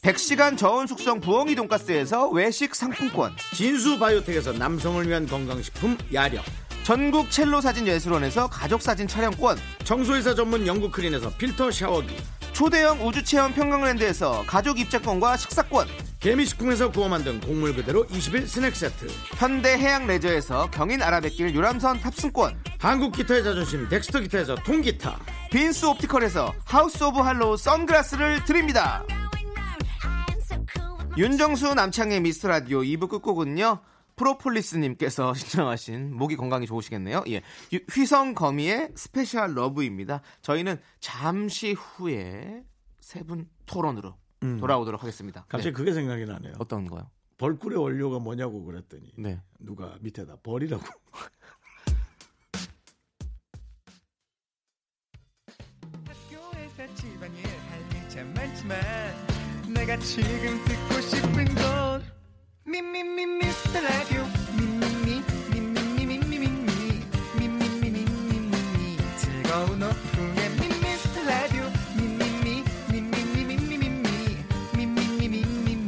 Speaker 2: 100시간 저온 숙성 부엉이 돈가스에서 외식 상품권,
Speaker 1: 진수 바이오텍에서 남성을 위한 건강식품 야력,
Speaker 2: 전국 첼로 사진 예술원에서 가족 사진 촬영권,
Speaker 1: 청소회사 전문 영국 크린에서 필터 샤워기,
Speaker 2: 초대형 우주 체험 평강랜드에서 가족 입장권과 식사권,
Speaker 1: 개미식품에서 구워 만든 곡물 그대로 21 스낵 세트,
Speaker 2: 현대 해양 레저에서 경인 아라뱃길 유람선 탑승권,
Speaker 1: 한국 기타의 자존심 덱스터 기타에서 통기타,
Speaker 2: 빈스 옵티컬에서 하우스 오브 할로우 선글라스를 드립니다. 윤정수 남창의 미스터 라디오 2부 끝곡은요. 프로폴리스님께서 신청하신 목이 건강이 좋으시겠네요. 예. 유- 휘성 거미의 스페셜 러브입니다. 저희는 잠시 후에 세 분 토론으로 돌아오도록 하겠습니다.
Speaker 1: 음. 갑자기
Speaker 2: 네.
Speaker 1: 그게 생각이 나네요.
Speaker 2: 어떤 거요?
Speaker 1: 벌꿀의 원료가 뭐냐고 그랬더니
Speaker 2: 네.
Speaker 1: 누가 밑에다 벌이라고.
Speaker 5: 학교에서 집안일 할일참 많지만 내가 지금 듣고 싶은 건 미미미 미스터 라디오 미미미 미미미 미미미 미미미 미미미 즐거운 오후에 미스터 라디오 미미미 미미미 미미미 미미미 미미미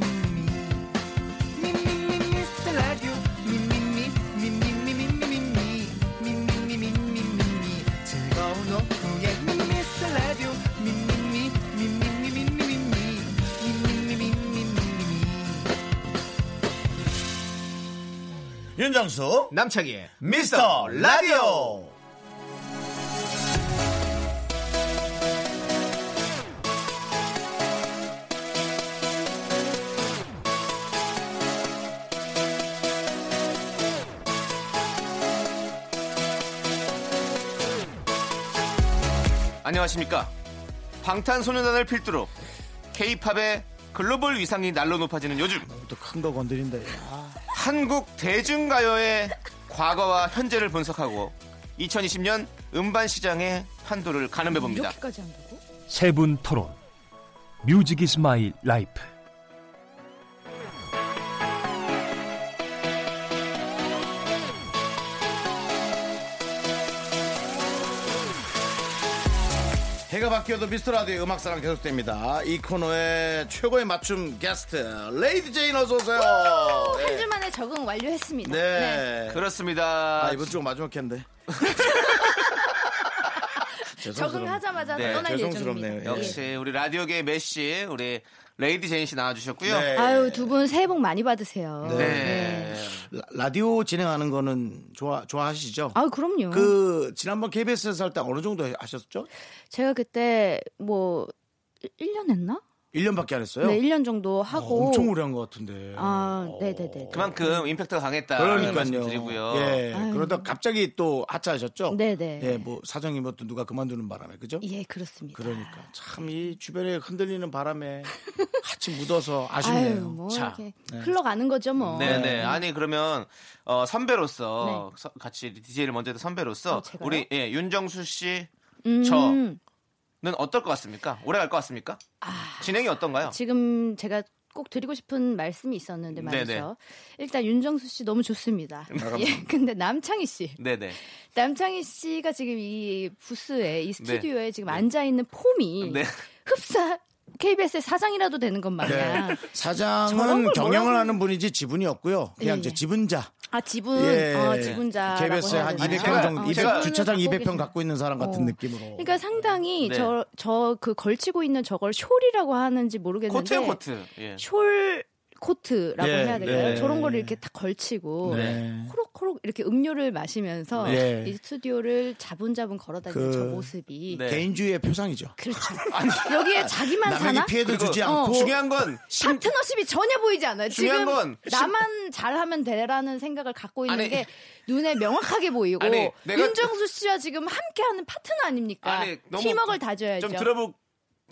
Speaker 1: 윤정수
Speaker 2: 남창희의
Speaker 1: 미스터 라디오.
Speaker 2: 안녕하십니까. 방탄소년단을 필두로 K-팝의 글로벌 위상이 날로 높아지는 요즘
Speaker 1: 또 큰 거 건드린다. 얘.
Speaker 2: 한국 대중가요의 과거와 현재를 분석하고 2020년 음반 시장의 판도를 가늠해 봅니다.
Speaker 6: 세분 토론 뮤직 이즈 마이 라이프
Speaker 1: 해가 바뀌어도 미스터 라디오 음악 사랑 계속됩니다. 이 코너의 최고의 맞춤 게스트 레이디 제인 어서 오세요.
Speaker 6: 한
Speaker 1: 네.
Speaker 6: 주만에 적응 완료했습니다.
Speaker 1: 네.
Speaker 2: 그렇습니다.
Speaker 1: 아, 이번 주 마지막 캔데.
Speaker 6: 적응하자마자
Speaker 2: 네,
Speaker 6: 떠날
Speaker 1: 죄송스럽네요.
Speaker 6: 예정입니다.
Speaker 2: 역시 우리 라디오계의 메시 우리 레이디 제인 씨 나와주셨고요.
Speaker 6: 예.
Speaker 1: 네.
Speaker 6: 아유 두 분 새해 복 많이 받으세요.
Speaker 2: 네.
Speaker 1: 라- 라디오 진행하는 거는 좋아 좋아하시죠?
Speaker 6: 아유 그럼요.
Speaker 1: 그 지난번 KBS에서 할 때 어느 정도 하셨죠?
Speaker 6: 제가 그때 뭐 1년 했나?
Speaker 1: 1년밖에 안 했어요.
Speaker 6: 네, 1년 정도
Speaker 1: 어,
Speaker 6: 하고.
Speaker 1: 엄청 오래 한 것 같은데.
Speaker 6: 아, 네네네.
Speaker 2: 그만큼 임팩트가 강했다.
Speaker 1: 그러니까요.
Speaker 2: 말씀드리고요.
Speaker 1: 예.
Speaker 6: 아유.
Speaker 1: 그러다 갑자기 또 하차하셨죠?
Speaker 6: 네네.
Speaker 1: 예, 뭐 사정이 뭐 또 누가 그만두는 바람에 그죠?
Speaker 6: 예, 그렇습니다.
Speaker 1: 그러니까 참 이 주변에 흔들리는 바람에 같이 묻어서
Speaker 6: 아유,
Speaker 1: 아쉽네요.
Speaker 6: 뭐
Speaker 1: 자,
Speaker 6: 이렇게
Speaker 1: 네.
Speaker 6: 흘러가는 거죠, 뭐.
Speaker 2: 네네. 아니 그러면 어, 선배로서 서- 같이 DJ를 먼저 했던 선배로서
Speaker 6: 어, 제가요?
Speaker 2: 우리 예, 윤정수 씨는
Speaker 6: 음,
Speaker 2: 저. 어떨 것 같습니까? 오래 갈 것 같습니까? 진행이 어떤가요?
Speaker 6: 아. 지금 제가 꼭 드리고 싶은 말씀이 있었는데 말이죠.
Speaker 2: 네네.
Speaker 6: 일단 윤정수 씨 너무 좋습니다. 예, 근데 남창희 씨,
Speaker 2: 네네.
Speaker 6: 남창희 씨가 지금 이 부스에 이 스튜디오에 지금
Speaker 2: 네.
Speaker 6: 앉아 있는 폼이
Speaker 2: 네.
Speaker 6: 흡사 KBS의 사장이라도 되는 것 마냥
Speaker 1: 네.
Speaker 6: 저런
Speaker 1: 사장은
Speaker 6: 걸
Speaker 1: 경영을
Speaker 6: 뭐라고-
Speaker 1: 하는 분이지 지분이 없고요. 그냥
Speaker 6: 예.
Speaker 1: 이제 지분자.
Speaker 6: 아 지분, 어, 지분자.
Speaker 1: 예. KBS에 한 200평 정도,
Speaker 2: 어,
Speaker 1: 200
Speaker 2: 제가-
Speaker 1: 주차장 200평 갖고 있는 사람 같은
Speaker 6: 어.
Speaker 1: 느낌으로.
Speaker 6: 그러니까 상당히
Speaker 2: 네.
Speaker 6: 저 저 그 걸치고 있는 저걸 숄이라고 하는지 모르겠는데
Speaker 2: 코트요 코트. 예.
Speaker 6: 숄 코트라고
Speaker 1: 예,
Speaker 6: 해야 되나요?
Speaker 1: 네.
Speaker 6: 저런 거를 이렇게 딱 걸치고
Speaker 1: 네.
Speaker 6: 호록호록 이렇게 음료를 마시면서
Speaker 1: 예.
Speaker 6: 이 스튜디오를 자분자분 걸어다니는
Speaker 1: 그-
Speaker 6: 저 모습이
Speaker 2: 네.
Speaker 1: 개인주의의 표상이죠.
Speaker 6: 그렇죠. 여기에 자기만
Speaker 1: 남에게
Speaker 6: 그 사나?
Speaker 1: 피해도 주지
Speaker 6: 어.
Speaker 1: 않고
Speaker 2: 중요한 건 심,
Speaker 6: 파트너십이 전혀 보이지 않아요.
Speaker 2: 중요한
Speaker 6: 지금
Speaker 2: 건 심-
Speaker 6: 나만 잘하면 되라는 생각을 갖고 있는
Speaker 2: 아니-
Speaker 6: 게 눈에 명확하게 보이고
Speaker 2: 아니, 내가-
Speaker 6: 윤정수 씨와 지금 함께하는 파트너 아닙니까?
Speaker 2: 아니, 너무
Speaker 6: 팀워크를 다져야죠.
Speaker 2: 좀 들어보려고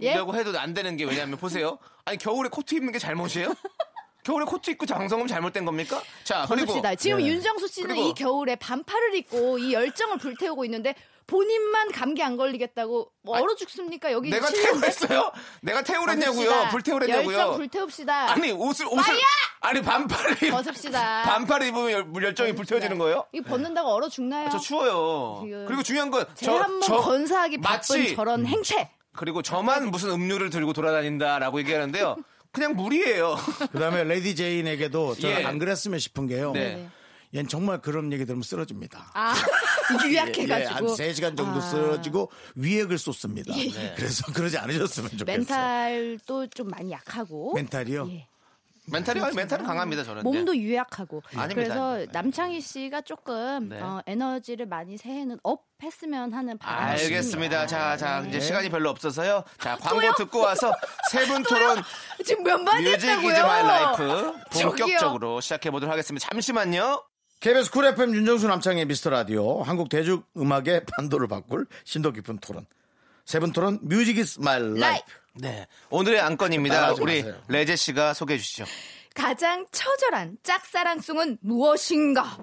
Speaker 6: 예?
Speaker 2: 해도 안 되는 게 왜냐하면 보세요. 아니 겨울에 코트 입는 게 잘못이에요? 겨울에 코트 입고 장성은 잘못된 겁니까? 자 그리고
Speaker 6: 봅시다. 지금 윤정수 씨는
Speaker 2: 예. 그리고-
Speaker 6: 이 겨울에 반팔을 입고 이 열정을 불태우고 있는데 본인만 감기 안 걸리겠다고 뭐 얼어 죽습니까? 여기
Speaker 2: 내가
Speaker 6: 실내에?
Speaker 2: 태우랬어요? 내가 태우랬냐고요?
Speaker 6: 봅시다. 열정
Speaker 2: 불태우랬냐고요?
Speaker 6: 불태웁시다.
Speaker 2: 아니 옷을 옷을
Speaker 6: 파이어!
Speaker 2: 아니 반팔을 입-
Speaker 6: 벗읍시다. 네.
Speaker 2: 반팔을 입으면 열, 물 열정이 불태워지는 거예요? 아,
Speaker 6: 이 벗는다고 얼어 죽나요?
Speaker 2: 저 추워요.
Speaker 6: 네. 지금
Speaker 2: 그리고 중요한
Speaker 6: 제일
Speaker 2: 건저
Speaker 6: 한번 건사하기 바쁜
Speaker 2: 마치
Speaker 6: 저런 행태.
Speaker 2: 그리고 저만 무슨 음료를 들고 돌아다닌다라고 얘기하는데요. 그냥 물이에요.
Speaker 1: 그다음에 레이디 제인에게도 저는
Speaker 2: 예.
Speaker 1: 안 그랬으면 싶은 게요.
Speaker 2: 네.
Speaker 1: 얜 정말 그런 얘기 들으면 쓰러집니다.
Speaker 6: 아,
Speaker 1: 한
Speaker 2: 예,
Speaker 6: 유약해가지고. 아. 예.
Speaker 1: 3시간 정도 쓰러지고 위액을 쏟습니다. 네. 그래서 그러지 않으셨으면 좋겠어요.
Speaker 6: 멘탈도 좀 많이 약하고.
Speaker 1: 멘탈이요?
Speaker 6: 예.
Speaker 2: 멘탈이 멘탈은 강합니다 저는. 예.
Speaker 6: 몸도 유약하고
Speaker 2: 아닙니다,
Speaker 6: 그래서
Speaker 2: 아닙니다.
Speaker 6: 남창희 씨가 조금
Speaker 2: 네.
Speaker 6: 어, 에너지를 많이 새해는 업 했으면 하는 바람이
Speaker 2: 알겠습니다. 자, 자, 이제
Speaker 6: 네.
Speaker 2: 시간이 별로 없어서요.
Speaker 6: 아,
Speaker 2: 자, 광고 듣고 와서 세 분 토론
Speaker 6: 있습니다. 지금 몇 마디
Speaker 2: 뮤직
Speaker 6: 했다고요?
Speaker 2: 이즈 마이 라이프
Speaker 6: 저기요.
Speaker 2: 본격적으로 시작해 보도록 하겠습니다. 잠시만요.
Speaker 1: KBS 쿨 FM 윤정수 남창의 미스터 라디오 한국 대중 음악의 판도를 바꿀 심도 깊은 토론 세븐 토론 뮤직 이즈 마이 라이프
Speaker 6: 라이프.
Speaker 2: 네. 오늘의 안건입니다.
Speaker 1: 따라하지
Speaker 2: 우리
Speaker 1: 마세요.
Speaker 2: 레제 씨가 소개해 주시죠.
Speaker 6: 가장 처절한 짝사랑송은 무엇인가?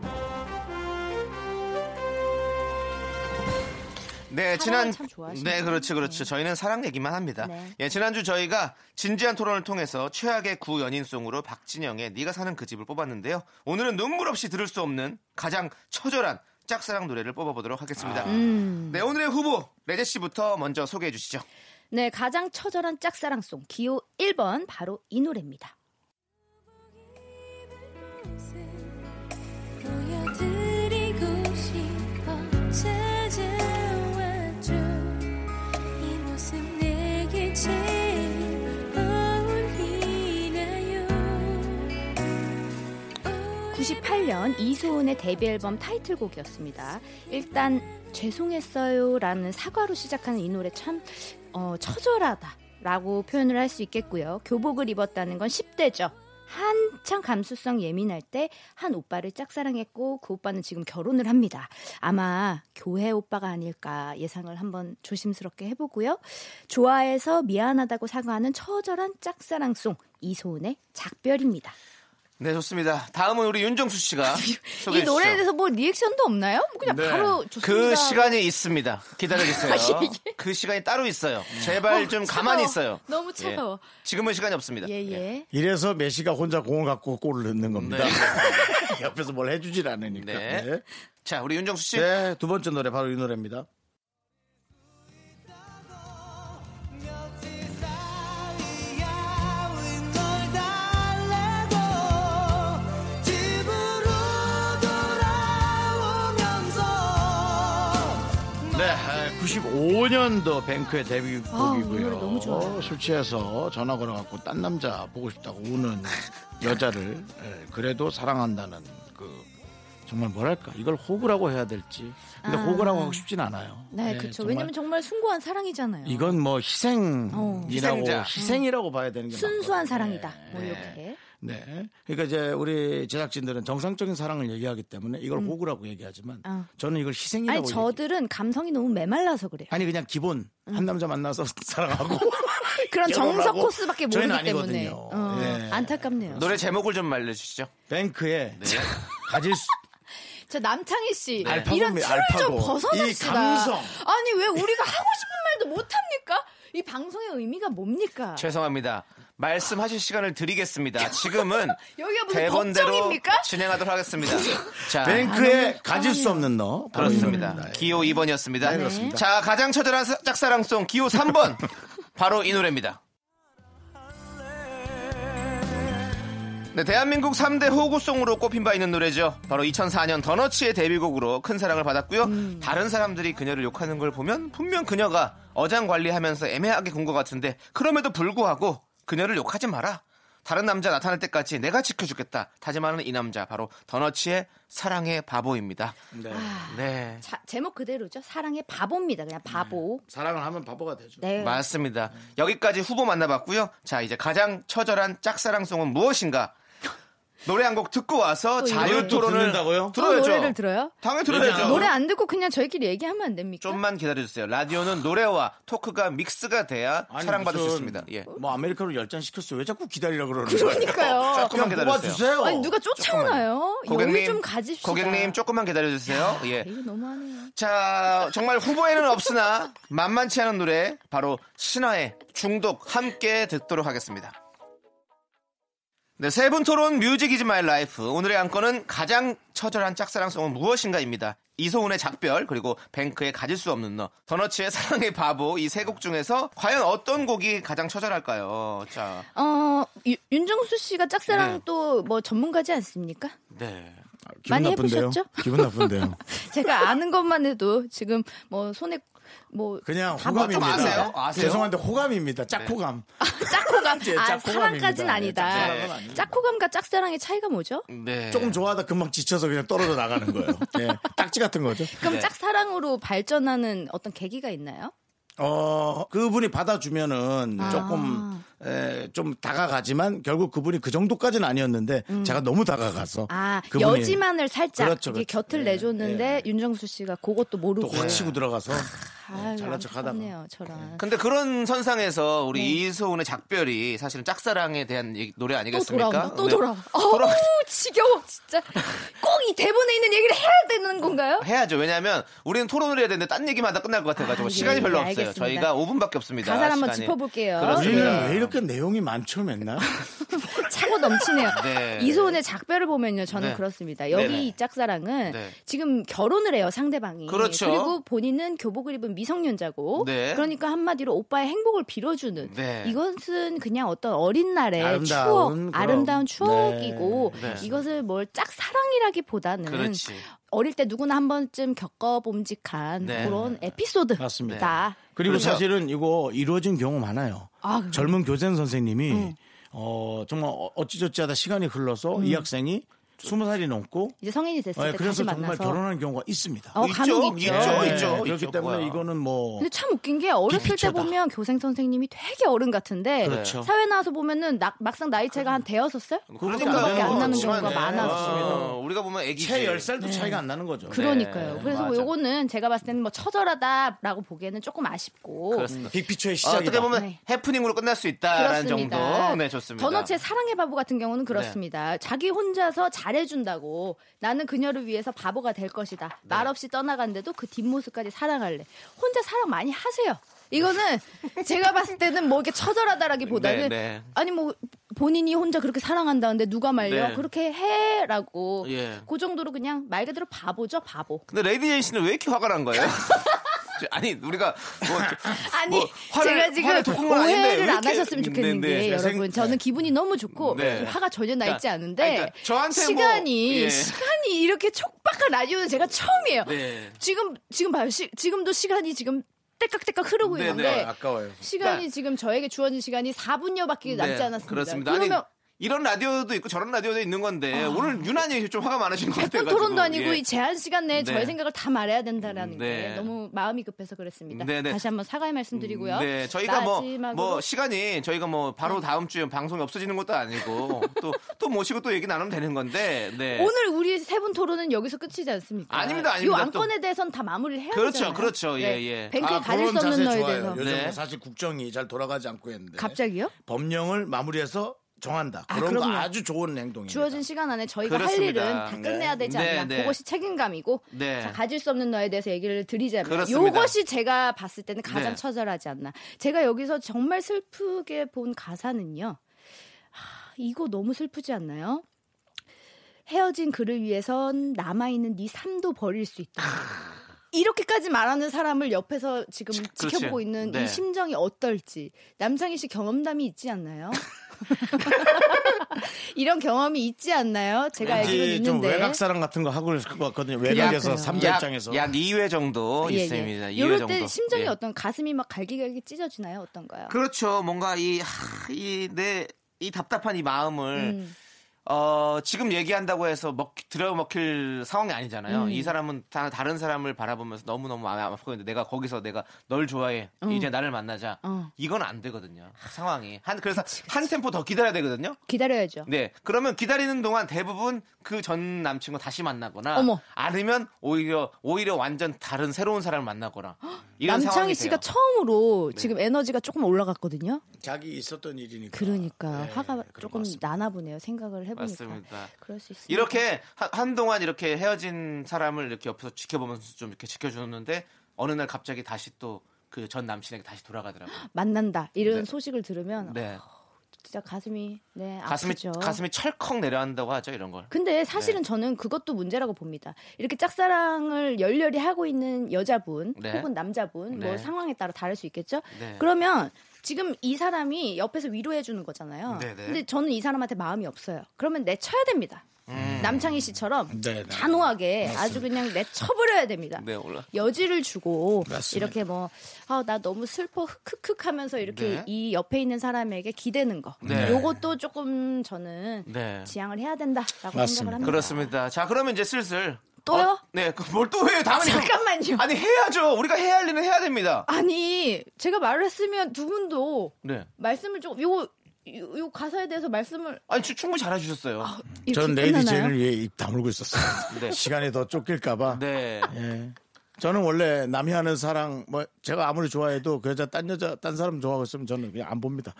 Speaker 2: 네, 지난
Speaker 6: 사랑을 참 좋아하시는구나.
Speaker 2: 네, 그렇죠. 그렇죠. 저희는 사랑 얘기만 합니다.
Speaker 6: 네.
Speaker 2: 예, 지난주 저희가 진지한 토론을 통해서 최악의 구 연인송으로 박진영의 네가 사는 그 집을 뽑았는데요. 오늘은 눈물 없이 들을 수 없는 가장 처절한 짝사랑 노래를 뽑아 보도록 하겠습니다.
Speaker 6: 음.
Speaker 2: 네, 오늘의 후보 레제 씨부터 먼저 소개해 주시죠.
Speaker 6: 네, 가장 처절한 짝사랑송 기호 1번 바로 이 노래입니다.
Speaker 7: 보여드리고 싶어 찾아와줘 이 모습 내게 제일 어울리나요
Speaker 6: 98년 이소은의 데뷔 앨범 타이틀곡이었습니다. 일단 죄송했어요라는 사과로 시작하는 이 노래 참 어, 처절하다라고 표현을 할 수 있겠고요. 교복을 입었다는 건 10대죠. 한창 감수성 예민할 때 한 오빠를 짝사랑했고 그 오빠는 지금 결혼을 합니다. 아마 교회 오빠가 아닐까 예상을 한번 조심스럽게 해보고요. 좋아해서 미안하다고 사과하는 처절한 짝사랑송 이소은의 작별입니다.
Speaker 2: 네, 좋습니다. 다음은 우리 윤정수 씨가 소개해
Speaker 6: 이
Speaker 2: 주시죠.
Speaker 6: 노래에 대해서 뭐 리액션도 없나요? 뭐 그냥
Speaker 1: 네.
Speaker 6: 바로 좋습니다.
Speaker 2: 그 시간이 있습니다. 기다려
Speaker 6: 아,
Speaker 2: 주세요. 그 시간이 따로 있어요. 제발
Speaker 6: 어,
Speaker 2: 좀
Speaker 6: 차가워.
Speaker 2: 가만히 있어요.
Speaker 6: 너무
Speaker 2: 예.
Speaker 6: 차가워.
Speaker 2: 지금은 시간이 없습니다.
Speaker 6: 예, 예.
Speaker 1: 이래서 메시가 혼자 공을 갖고 골을 넣는
Speaker 2: 네.
Speaker 1: 겁니다 옆에서 뭘 해주질 않으니까
Speaker 2: 네.
Speaker 1: 네.
Speaker 2: 자, 우리 윤정수 씨.
Speaker 1: 네, 두 번째 노래 바로 이 노래입니다
Speaker 8: 95년도 뱅크의
Speaker 6: 아, 이 노래
Speaker 8: 데뷔곡이고요.
Speaker 6: 너무 좋아요.
Speaker 1: 어,
Speaker 8: 술 취해서 전화 걸어갖고 딴 남자 보고 싶다고 우는 여자를 예, 그래도 사랑한다는 그 정말 뭐랄까 이걸 호구라고 해야 될지 근데
Speaker 6: 아.
Speaker 8: 호구라고 하고 싶진 않아요.
Speaker 6: 네,
Speaker 8: 예,
Speaker 6: 그렇죠.
Speaker 8: 정말
Speaker 6: 왜냐면 정말 숭고한 사랑이잖아요.
Speaker 8: 이건 뭐
Speaker 6: 어. 음.
Speaker 8: 희생이라고
Speaker 2: 희생자.
Speaker 8: 이라고 봐야 되는 게 맞거든요.
Speaker 6: 순수한 사랑이다.
Speaker 8: 예,
Speaker 6: 뭐
Speaker 8: 예.
Speaker 6: 이렇게.
Speaker 8: 네. 그러니까 이제 우리 제작진들은 정상적인 사랑을 얘기하기 때문에 이걸 호구라고 얘기하지만
Speaker 6: 어.
Speaker 8: 저는 이걸 희생이라고
Speaker 6: 음. 아니 저들은 감성이 너무 메말라서 그래요.
Speaker 8: 아니 그냥 기본
Speaker 6: 음.
Speaker 8: 한 남자 만나서 사랑하고
Speaker 6: 그런 정석
Speaker 8: 결혼하고
Speaker 6: 코스밖에
Speaker 8: 저희는
Speaker 6: 모르기 때문에
Speaker 8: 아니거든요.
Speaker 6: 어,
Speaker 8: 예.
Speaker 6: 안타깝네요.
Speaker 2: 노래 제목을 좀 알려주시죠. 예,
Speaker 8: 뱅크에
Speaker 2: 네.
Speaker 8: 가질 수
Speaker 6: 저 남창희 씨
Speaker 8: 알파고입니다,
Speaker 6: 이런 틀을 좀
Speaker 8: 알파고.
Speaker 6: 벗어납시다.
Speaker 8: 이 감성.
Speaker 6: 아니 왜 우리가 하고 싶은 말도 못 합니까? 이 방송의 의미가 뭡니까?
Speaker 2: 죄송합니다. 말씀하실 시간을 드리겠습니다. 지금은
Speaker 6: 여기가 무슨
Speaker 2: 대본대로
Speaker 6: 법정입니까?
Speaker 2: 진행하도록 하겠습니다. 자,
Speaker 8: 뱅크에
Speaker 6: 아, 너무
Speaker 8: 가질 수
Speaker 6: 가만히요.
Speaker 8: 없는 너
Speaker 2: 아.
Speaker 8: 바로 이
Speaker 2: 그렇습니다.
Speaker 8: 노래입니다.
Speaker 2: 기호 2번이었습니다.
Speaker 8: 그렇습니다.
Speaker 2: 자, 가장 처절한 사- 짝사랑송 기호 3번. 바로 이 노래입니다. 네, 대한민국 3대 호구송으로 꼽힌 바 있는 노래죠. 바로 2004년 더너츠의 데뷔곡으로 큰 사랑을 받았고요. 다른 사람들이 그녀를 욕하는 걸 보면 분명 그녀가 어장 관리하면서 애매하게 군 것 같은데 그럼에도 불구하고 그녀를 욕하지 마라. 다른 남자 나타날 때까지 내가 지켜주겠다. 다짐하는 이 남자 바로 더너츠의 사랑의 바보입니다.
Speaker 8: 네.
Speaker 2: 네.
Speaker 6: 자, 제목 그대로죠. 사랑의 바보입니다. 그냥 바보.
Speaker 8: 사랑을 하면 바보가 되죠.
Speaker 6: 네.
Speaker 2: 맞습니다. 여기까지 후보 만나봤고요. 자, 이제 가장 처절한 짝사랑송은 무엇인가? 노래 한 곡 듣고 와서
Speaker 6: 또
Speaker 2: 자유
Speaker 6: 어, 이걸 또
Speaker 2: 토론을
Speaker 8: 듣는다고요?
Speaker 6: 또
Speaker 2: 들어야죠.
Speaker 6: 노래를 들어요?
Speaker 2: 당연히 들어야죠.
Speaker 6: 노래 안 듣고 그냥 저희끼리 얘기하면 안 됩니까?
Speaker 2: 좀만 기다려주세요. 라디오는 노래와 토크가 믹스가 돼야
Speaker 8: 아니,
Speaker 2: 사랑받을 수
Speaker 8: 무슨
Speaker 2: 있습니다. 예.
Speaker 6: 어,
Speaker 8: 뭐 아메리카노 열잔 시켰어요. 왜 자꾸 기다리려 그러는 거예요?
Speaker 6: 그러니까요.
Speaker 2: 조금만
Speaker 8: 그냥 뽑아
Speaker 2: 기다려주세요.
Speaker 8: 주세요.
Speaker 6: 아니 누가 쫓아오나요? 여유 좀 가집시다. 아,
Speaker 2: 고객님 조금만 기다려주세요. 예.
Speaker 6: 이거 너무하네요.
Speaker 2: 자, 정말 후보에는 없으나 만만치 않은 노래 바로 신화의 중독 함께 듣도록 하겠습니다. 네, 세 분 토론 뮤직 이즈 마이 라이프. 오늘의 안건은 가장 처절한 짝사랑송은 무엇인가입니다. 이소은의 작별, 그리고 뱅크의 가질 수 없는 너, 더너츠의 사랑의 바보 이 세 곡 중에서 과연 어떤 곡이 가장 처절할까요? 자,
Speaker 6: 어 유- 윤정수 씨가 짝사랑
Speaker 2: 네.
Speaker 6: 또 뭐 전문가지 않습니까?
Speaker 2: 네.
Speaker 6: 많이 해보셨죠?
Speaker 8: 기분 나쁜데요.
Speaker 6: 제가 아는 것만 해도 지금 뭐 손에 뭐
Speaker 8: 그냥
Speaker 6: 다 먹-
Speaker 8: 호감입니다.
Speaker 2: 좀 아세요? 아세요?
Speaker 8: 죄송한데 호감입니다. 짝호감.
Speaker 6: 짝호감
Speaker 8: 예,
Speaker 6: 아
Speaker 8: 짝호감입니다.
Speaker 6: 사랑까지는
Speaker 8: 예,
Speaker 6: 아니다.
Speaker 8: 짝사랑은 아닙니다.
Speaker 6: 짝호감과 짝사랑의 차이가 뭐죠?
Speaker 2: 네.
Speaker 8: 조금 좋아하다 금방 지쳐서 그냥 떨어져 나가는 거예요. 예, 딱지 같은 거죠.
Speaker 6: 그럼
Speaker 2: 네.
Speaker 6: 짝사랑으로 발전하는 어떤 계기가 있나요?
Speaker 8: 어, 그분이 받아주면은 조금, 에, 좀 다가가지만 결국 그분이 그 정도까지는 아니었는데 제가 너무 다가가서.
Speaker 6: 음. 아
Speaker 8: 그분이
Speaker 6: 여지만을 살짝
Speaker 8: 그렇죠,
Speaker 6: 이게
Speaker 8: 그렇죠.
Speaker 6: 곁을
Speaker 8: 예,
Speaker 6: 내줬는데 윤정수 씨가 그것도
Speaker 8: 또
Speaker 6: 모르고
Speaker 8: 확 치고 들어가서.
Speaker 6: 아유,
Speaker 8: 잘난 척 하다가.
Speaker 6: 안타깝네요, 저랑
Speaker 2: 근데 그런 선상에서 우리 이소은의 작별이 사실은 짝사랑에 대한 얘기- 노래
Speaker 6: 네.
Speaker 8: 예.
Speaker 6: 또
Speaker 2: 아니겠습니까?
Speaker 6: 돌아온다 또
Speaker 2: 네.
Speaker 6: 돌아. 어우
Speaker 2: 돌아-
Speaker 6: 지겨워 진짜. 꼭 이 대본에 있는 얘기를 해야 되는
Speaker 8: 아,
Speaker 6: 건가요?
Speaker 2: 해야죠. 왜냐하면 우리는 토론을 해야 되는데 딴 얘기만 하다 끝날 것 같아가지고
Speaker 6: 아, 예,
Speaker 2: 시간이
Speaker 6: 예,
Speaker 2: 별로 없어요.
Speaker 6: 알겠습니다.
Speaker 2: 저희가 5분밖에 없습니다.
Speaker 6: 가사를 한번
Speaker 2: 시간이.
Speaker 6: 짚어볼게요.
Speaker 2: 그렇습니다.
Speaker 8: 우리는 왜 이렇게 내용이 많죠, 맨날?
Speaker 6: 차고 넘치네요.
Speaker 2: 네.
Speaker 6: 이소은의 작별을 보면요, 저는
Speaker 2: 네.
Speaker 6: 그렇습니다. 여기
Speaker 2: 네네.
Speaker 6: 이 짝사랑은
Speaker 2: 네.
Speaker 6: 지금 결혼을 해요, 상대방이.
Speaker 2: 그렇죠.
Speaker 6: 리고 본인은 교복을 입은 미성년자고.
Speaker 2: 네.
Speaker 6: 그러니까 한마디로 오빠의 행복을 빌어주는.
Speaker 2: 네.
Speaker 6: 이것은 그냥 어떤 어린 날의
Speaker 8: 아름다운
Speaker 6: 추억,
Speaker 8: 그런-
Speaker 6: 아름다운 추억이고
Speaker 2: 네. 네.
Speaker 6: 이것을 뭘 짝사랑이라기보다는
Speaker 2: 그렇지.
Speaker 6: 어릴 때 누구나 한 번쯤 겪어봄직한
Speaker 2: 네.
Speaker 6: 그런 에피소드다.
Speaker 8: 맞습니다. 그리고
Speaker 2: 그렇죠.
Speaker 8: 사실은 이거 이루어진 경우 많아요.
Speaker 6: 아,
Speaker 8: 젊은 교생 선생님이 어, 정말 어- 어찌저찌 하다 시간이 흘러서 이 학생이 스무 살이 넘고
Speaker 6: 이제 성인이 됐을
Speaker 8: 예,
Speaker 6: 때
Speaker 8: 그래서
Speaker 6: 다시
Speaker 8: 정말
Speaker 6: 만나서
Speaker 8: 결혼한 경우가 있습니다.
Speaker 6: 어, 네.
Speaker 2: 있죠,
Speaker 6: 간혹
Speaker 2: 있죠,
Speaker 6: 있죠.
Speaker 2: 있죠,
Speaker 8: 예,
Speaker 2: 있죠.
Speaker 8: 그렇기 때문에
Speaker 2: 뭐야.
Speaker 8: 이거는 뭐
Speaker 6: 근데 참 웃긴 게 어렸을 때
Speaker 8: 비비처다.
Speaker 6: 보면 교생 선생님이 되게 어른 같은데 네.
Speaker 8: 그렇죠.
Speaker 6: 사회 나와서 보면은 나- 막상 나이차가 한 대여섯 살
Speaker 8: 그거밖에
Speaker 6: 정도밖에 안 나는
Speaker 8: 그렇지만,
Speaker 6: 경우가
Speaker 8: 네.
Speaker 6: 많아서
Speaker 2: 어, 우리가 보면 애기지.
Speaker 8: 채 10살도 차이가 안 나는 거죠.
Speaker 6: 네. 그러니까요. 그래서 뭐
Speaker 2: 맞아.
Speaker 6: 요거는 제가 봤을 때는 뭐 처절하다라고 보기에는 조금 아쉽고
Speaker 2: 그렇습니다.
Speaker 8: 네. 빅피처의 시작이다.
Speaker 2: 어떻게 보면
Speaker 6: 네.
Speaker 2: 해프닝으로 끝날 수 있다라는 정도. 네, 좋습니다. 네.
Speaker 6: 더너츠의 사랑의 바보 같은 경우는 그렇습니다. 자기 혼자서 잘해준다고 나는 그녀를 위해서 바보가 될 것이다.
Speaker 2: 네.
Speaker 6: 말 없이 떠나갔는데도 그 뒷모습까지 사랑할래. 혼자 사랑 많이 하세요. 이거는 제가 봤을 때는 뭐 이게
Speaker 2: 네,
Speaker 6: 처절하다라기보다는
Speaker 2: 네.
Speaker 6: 아니 뭐 본인이 혼자 그렇게 사랑한다는데 누가 말려
Speaker 2: 네.
Speaker 6: 그렇게 해라고
Speaker 2: 예.
Speaker 6: 그 정도로 그냥 말 그대로 바보죠 바보.
Speaker 2: 근데 레이디 제이 씨는 왜 이렇게 화가 난 거예요? 아니 우리가 뭐,
Speaker 6: 아니
Speaker 2: 뭐 화를-
Speaker 6: 제가
Speaker 2: 화를
Speaker 6: 지금
Speaker 2: 토큰 건 아닌데 왜
Speaker 6: 오해를 안
Speaker 2: 이렇게-
Speaker 6: 하셨으면 좋겠는
Speaker 2: 네,
Speaker 6: 게
Speaker 2: 네, 제 생-
Speaker 6: 여러분 저는 기분이 너무 좋고
Speaker 2: 네.
Speaker 6: 화가 전혀 나 있지
Speaker 2: 그러니까,
Speaker 6: 않은데
Speaker 2: 아니, 그러니까 저한테 뭐-
Speaker 6: 시간이
Speaker 2: 예.
Speaker 6: 시간이 이렇게 촉박한 라디오는 제가 처음이에요.
Speaker 2: 네.
Speaker 6: 지금 지금 봐요. 시, 지금도 시간이 지금 때깍때깍 흐르고
Speaker 2: 네,
Speaker 6: 있는데
Speaker 2: 네.
Speaker 9: 아까워요.
Speaker 6: 시간이
Speaker 2: 그러니까-
Speaker 6: 지금 저에게 주어진 시간이 4분여밖에 남지
Speaker 2: 네,
Speaker 6: 않았습니다.
Speaker 2: 그렇습니다.
Speaker 6: 러면
Speaker 2: 아니 이런 라디오도 있고 저런 라디오도 있는 건데 오늘 유난히 좀 화가 많으신 것 예. 같아요.
Speaker 6: 본 토론도 아니고 이 제한 시간 내에
Speaker 2: 네.
Speaker 6: 저의 생각을 다 말해야 된다라는
Speaker 2: 네.
Speaker 6: 게 너무 마음이 급해서 그랬습니다.
Speaker 2: 네, 네.
Speaker 6: 다시 한번 사과의 말씀드리고요.
Speaker 2: 네, 저희가 뭐,
Speaker 6: 마지막으로 네.
Speaker 2: 뭐 시간이 저희가 뭐 바로 다음 주에 방송이 없어지는 것도 아니고 또 또 모시고 또 얘기 나누면 되는 건데. 네.
Speaker 6: 오늘 우리 세 분 토론은 여기서 끝이지 않습니까?
Speaker 2: 아닙니다,
Speaker 6: 이
Speaker 2: 아닙니다.
Speaker 6: 왕권에 대해서는 다 마무리를 해야
Speaker 2: 그렇죠,
Speaker 6: 되잖아요.
Speaker 2: 그렇죠. 예,
Speaker 6: 네.
Speaker 2: 예.
Speaker 6: 뱅크에
Speaker 1: 아,
Speaker 6: 가질
Speaker 1: 그런
Speaker 6: 수
Speaker 1: 자세
Speaker 6: 없는 너에
Speaker 1: 좋아요.
Speaker 6: 대해서.
Speaker 1: 요즘
Speaker 2: 네.
Speaker 1: 사실 국정이 잘 돌아가지 않고 있는데
Speaker 6: 갑자기요?
Speaker 1: 법령을 마무리해서 정한다.
Speaker 6: 아,
Speaker 1: 그런 거
Speaker 6: 그럼요.
Speaker 1: 아주 좋은 행동입니다.
Speaker 6: 주어진 시간 안에 저희가
Speaker 2: 그렇습니다.
Speaker 6: 할 일은 다 끝내야 되지
Speaker 2: 네.
Speaker 6: 않나.
Speaker 2: 네, 네.
Speaker 6: 그것이 책임감이고
Speaker 2: 네.
Speaker 6: 자, 가질 수 없는 너에 대해서 얘기를 드리자면
Speaker 2: 그렇습니다.
Speaker 6: 요것이 제가 봤을 때는 가장
Speaker 2: 네.
Speaker 6: 처절하지 않나. 제가 여기서 정말 슬프게 본 가사는요. 하, 이거 너무 슬프지 않나요? 헤어진 그를 위해선 남아있는 네 삶도 버릴 수 있다. 이렇게까지 말하는 사람을 옆에서 지금
Speaker 2: 아. 그렇지.
Speaker 6: 지켜보고 있는
Speaker 2: 네.
Speaker 6: 이 심정이 어떨지 남창희 씨 경험담이 있지 않나요? 이런 경험이 있지 않나요? 제가 알기로
Speaker 1: 왠지 좀
Speaker 6: 있는데.
Speaker 1: 외곽 사람 같은 거 하고 그럴 것 같거든요. 외곽에서
Speaker 6: 그래요.
Speaker 1: 삼자
Speaker 2: 약,
Speaker 1: 입장에서
Speaker 2: 약 2회 정도
Speaker 6: 예, 예.
Speaker 2: 있습니다. 2회
Speaker 6: 이럴
Speaker 2: 정도.
Speaker 6: 때 심정이
Speaker 2: 예.
Speaker 6: 어떤 가슴이 막 갈기갈기 찢어지나요? 어떤가요?
Speaker 2: 그렇죠. 뭔가 이이내이 답답한 이 마음을 어 지금 얘기한다고 해서 먹 들어 먹힐 상황이 아니잖아요.
Speaker 6: 음.
Speaker 2: 이 사람은 다 다른 사람을 바라보면서 너무 너무 마음이 아프고 있는데 내가 거기서 내가 널 좋아해 이제 나를 만나자
Speaker 6: 어.
Speaker 2: 이건 안 되거든요. 상황이 한 그래서 한 템포 더 기다려야 되거든요.
Speaker 6: 기다려야죠.
Speaker 2: 네. 그러면 기다리는 동안 대부분 그 전 남친과 다시 만나거나
Speaker 6: 어머.
Speaker 2: 아니면 오히려 오히려 완전 다른 새로운 사람을 만나거나 이런 상황이
Speaker 6: 남창희 씨가
Speaker 2: 돼요. 네.
Speaker 6: 처음으로 지금 에너지가 조금 올라갔거든요.
Speaker 1: 자기 있었던 일이니까.
Speaker 6: 그러니까
Speaker 2: 네,
Speaker 1: 예,
Speaker 6: 화가
Speaker 1: 그런
Speaker 6: 조금
Speaker 1: 것 같습니다.
Speaker 6: 나나 보네요. 생각을 해보니까.
Speaker 2: 맞습니다.
Speaker 6: 그럴 수 있습니다.
Speaker 2: 이렇게 하- 한동안 이렇게 헤어진 사람을 이렇게 옆에서 지켜보면서 좀 이렇게 지켜주는데 어느 날 갑자기 다시 또 그 전 남친에게 다시 돌아가더라고요.
Speaker 6: 만난다 이런
Speaker 2: 네.
Speaker 6: 소식을 들으면
Speaker 2: 네.
Speaker 6: 진짜 가슴이 네
Speaker 2: 가슴이
Speaker 6: 아프죠.
Speaker 2: 가슴이 철컥 내려앉다고 하죠, 이런 걸.
Speaker 6: 근데 사실은 저는 그것도 문제라고 봅니다. 이렇게 짝사랑을 열렬히 하고 있는 여자분
Speaker 2: 네.
Speaker 6: 혹은 남자분
Speaker 2: 네.
Speaker 6: 뭐 상황에 따라 다를 수 있겠죠.
Speaker 2: 네.
Speaker 6: 그러면 지금 이 사람이 옆에서 위로해 주는 거잖아요.
Speaker 2: 네, 네.
Speaker 6: 근데 저는 이 사람한테 마음이 없어요. 그러면 내쳐야 됩니다.
Speaker 2: 음.
Speaker 6: 남창희 씨처럼
Speaker 1: 네, 네.
Speaker 6: 단호하게 아주 그냥 내쳐버려야 됩니다.
Speaker 2: 네, 올라.
Speaker 6: 여지를 주고
Speaker 1: 맞습니다.
Speaker 6: 이렇게 뭐 아 나 너무 슬퍼 흑흑흑 하면서 이렇게
Speaker 2: 네.
Speaker 6: 이 옆에 있는 사람에게 기대는 거
Speaker 2: 네.
Speaker 6: 요것도 조금 저는
Speaker 2: 네.
Speaker 6: 지양을 해야 된다라고
Speaker 1: 맞습니다.
Speaker 6: 생각을 합니다
Speaker 2: 그렇습니다. 자, 그러면 이제 슬슬
Speaker 6: 또요?
Speaker 2: 어, 네, 뭘또 해요? 당연히
Speaker 6: 잠깐만요
Speaker 2: 아니
Speaker 6: 아니,
Speaker 2: 해야죠. 우리가 해야 할 일은 해야 됩니다.
Speaker 6: 제가 말을 했으면 두 분도
Speaker 2: 네.
Speaker 6: 말씀을 좀 요, 요, 요 가사에 대해서 말씀을
Speaker 2: 아니 추- 충분히 잘해주셨어요.
Speaker 6: 이렇게
Speaker 1: 전 레이디
Speaker 6: 끝나나요?
Speaker 1: 제인을 위해 입 다물고 있었어요.
Speaker 2: 네.
Speaker 1: 시간이 더 쫓길까봐.
Speaker 2: 네.
Speaker 1: 예. 저는 원래 남이 하는 사랑 뭐 제가 아무리 좋아해도 그 여자 딴 여자 딴 사람 좋아하고 있으면 저는 그냥 안 봅니다.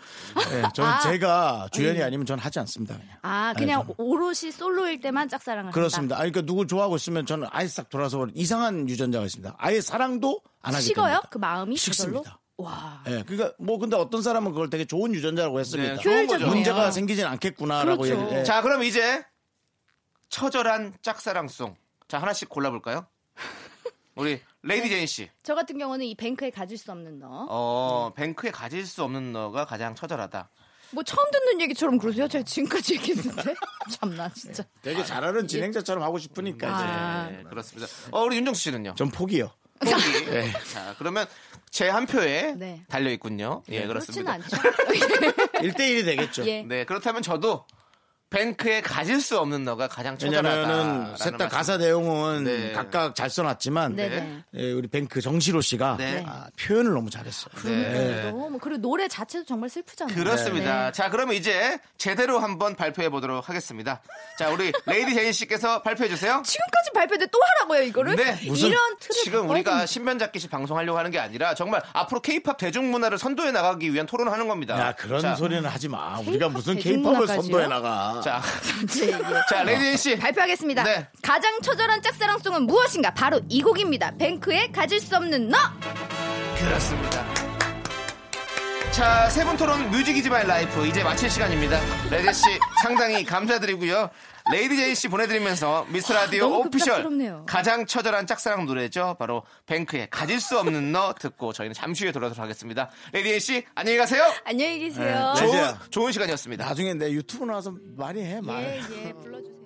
Speaker 1: 예, 저는 제가 주연이 아니면 저는 하지 않습니다. 그냥.
Speaker 6: 예. 아 그냥 오롯이 솔로일 때만 짝사랑을
Speaker 1: 그렇습니다. 아니 그러니까 누구 좋아하고 있으면 저는 아예 싹 돌아서 버리는 이상한 유전자가 있습니다. 아예 사랑도 안
Speaker 6: 한다
Speaker 1: 하기
Speaker 6: 식어요?
Speaker 1: 때문에.
Speaker 6: 그 마음이 저절로?
Speaker 1: 식습니다.
Speaker 6: 와
Speaker 1: 예, 그러니까 뭐 근데 어떤 사람은 그걸 되게 좋은 유전자라고 했습니다.
Speaker 2: 네, 좋은 거죠.
Speaker 6: 효율적이네요
Speaker 1: 문제가 생기진 않겠구나라고
Speaker 6: 그렇죠.
Speaker 1: 얘기를. 예.
Speaker 2: 자, 그럼 이제 처절한 짝사랑송. 자, 하나씩 골라볼까요? 우리 레이디
Speaker 6: 네.
Speaker 2: 제인 씨.
Speaker 6: 저 같은 경우는 이 뱅크에 가질 수 없는 너
Speaker 2: 어, 뱅크에 가질 수 없는 너가 가장 처절하다.
Speaker 6: 뭐 처음 듣는 얘기처럼 그러세요? 제가 지금까지 얘기했는데 참나 진짜.
Speaker 1: 되게 잘하는 진행자처럼 하고 싶으니까 이제.
Speaker 6: 예. 아.
Speaker 2: 네, 그렇습니다. 어, 우리 윤정수 씨는요?
Speaker 1: 전 포기요.
Speaker 2: 포기. 자, 그러면 제 한 표에
Speaker 6: 네.
Speaker 2: 달려 있군요. 예,
Speaker 6: 그렇진
Speaker 2: 그렇습니다.
Speaker 6: 않죠.
Speaker 1: 1대1이 되겠죠.
Speaker 6: 예.
Speaker 2: 네, 그렇다면 저도 뱅크에 가질 수 없는 너가 가장
Speaker 1: 왜냐면은
Speaker 2: 처절하다.
Speaker 1: 셋 다 가사 내용은
Speaker 2: 네.
Speaker 1: 각각 잘 써놨지만
Speaker 6: 네네.
Speaker 1: 예, 우리 뱅크 정시로 씨가
Speaker 2: 네.
Speaker 1: 아, 표현을 너무 잘했어요.
Speaker 6: 네. 너무 그리고 노래 자체도 정말
Speaker 1: 네.
Speaker 6: 슬프잖아요.
Speaker 2: 그렇습니다. 자, 그럼 이제 제대로 한번 발표해 보도록 하겠습니다. 자, 우리 레이디 제인 씨께서 발표해 주세요.
Speaker 6: 지금까지 발표했는데 또 하라고요 이거를?
Speaker 2: 네,
Speaker 1: 무슨-
Speaker 6: 이런 틀을
Speaker 2: 지금
Speaker 6: 바꿔야
Speaker 2: 우리가
Speaker 6: 됩니다.
Speaker 2: 신변잡기식 방송하려고 하는 게 아니라 정말 앞으로 케이팝 대중문화를 선도해 나가기 위한 토론을 하는 겁니다.
Speaker 1: 야 그런
Speaker 2: 자,
Speaker 1: 소리는 하지 마. 우리가 무슨
Speaker 6: 대중문화까지요?
Speaker 1: 케이팝을 선도해 나가.
Speaker 2: 자,
Speaker 6: 네, 예.
Speaker 2: 자 레이디 씨.
Speaker 6: 발표하겠습니다.
Speaker 2: 네.
Speaker 6: 가장 처절한 짝사랑송은 무엇인가? 바로 이 곡입니다. 뱅크에 가질 수 없는 너.
Speaker 2: 그렇습니다. 자, 세 분 토론 뮤직이지 마이 라이프 이제 마칠 시간입니다. 레디 씨 상당히 감사드리고요. 레이디 제이 씨 보내드리면서 미스 라디오
Speaker 6: 아, 너무
Speaker 2: 오피셜
Speaker 6: 급작스럽네요.
Speaker 2: 가장 처절한 짝사랑 노래죠. 바로 뱅크의 가질 수 없는 너 듣고 저희는 잠시 후에 돌아오도록 하겠습니다. 레이디 제이 씨 안녕히 가세요.
Speaker 6: 안녕히 계세요.
Speaker 1: 네.
Speaker 2: 좋은,
Speaker 1: 레이디야.
Speaker 2: 좋은 시간이었습니다.
Speaker 1: 나중에 내 유튜브 나와서 많이 해 말.
Speaker 6: 예, 예, 불러주세요.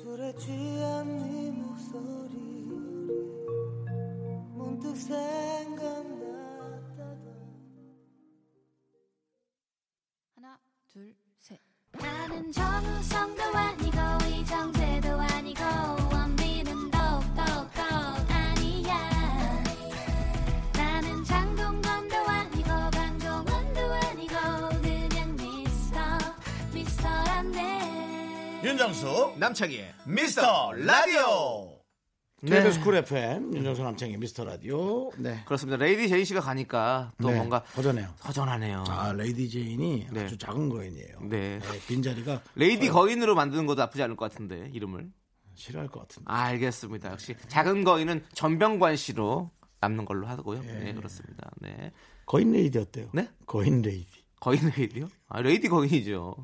Speaker 9: 술에 취한 네 목소리 문득 생각났다
Speaker 6: 하나, 둘, 셋.
Speaker 7: 나는 정우성도 아니고 이정재도 아니고 원빈은 더욱더 아니야 나는 장동건도 아니고 강동원도 아니고 그냥 미스터 미스터란데
Speaker 1: 윤정수 남창희의 미스터 그 라디오.
Speaker 2: 네.
Speaker 1: KBS 쿨 FM 윤정수 남창희 미스터 라디오. 네.
Speaker 2: 그렇습니다. 레이디 제이 씨가 가니까 또
Speaker 1: 네,
Speaker 2: 뭔가
Speaker 1: 허전해요.
Speaker 2: 허전하네요.
Speaker 1: 아 레이디 제인이
Speaker 2: 네.
Speaker 1: 아주 작은 거인이에요.
Speaker 2: 네.
Speaker 1: 빈자리가
Speaker 2: 레이디 거인으로 만드는 것도 나쁘지 않을 것 같은데 이름을.
Speaker 1: 싫어할 것 같은데.
Speaker 2: 알겠습니다. 역시 작은 거인은 전병관 씨로 남는 걸로 하고요.
Speaker 1: 예.
Speaker 2: 네, 그렇습니다. 네.
Speaker 1: 거인 레이디 어때요?
Speaker 2: 네?
Speaker 1: 거인 레이디.
Speaker 2: 거인 레이디요? 아, 레이디 거인이죠.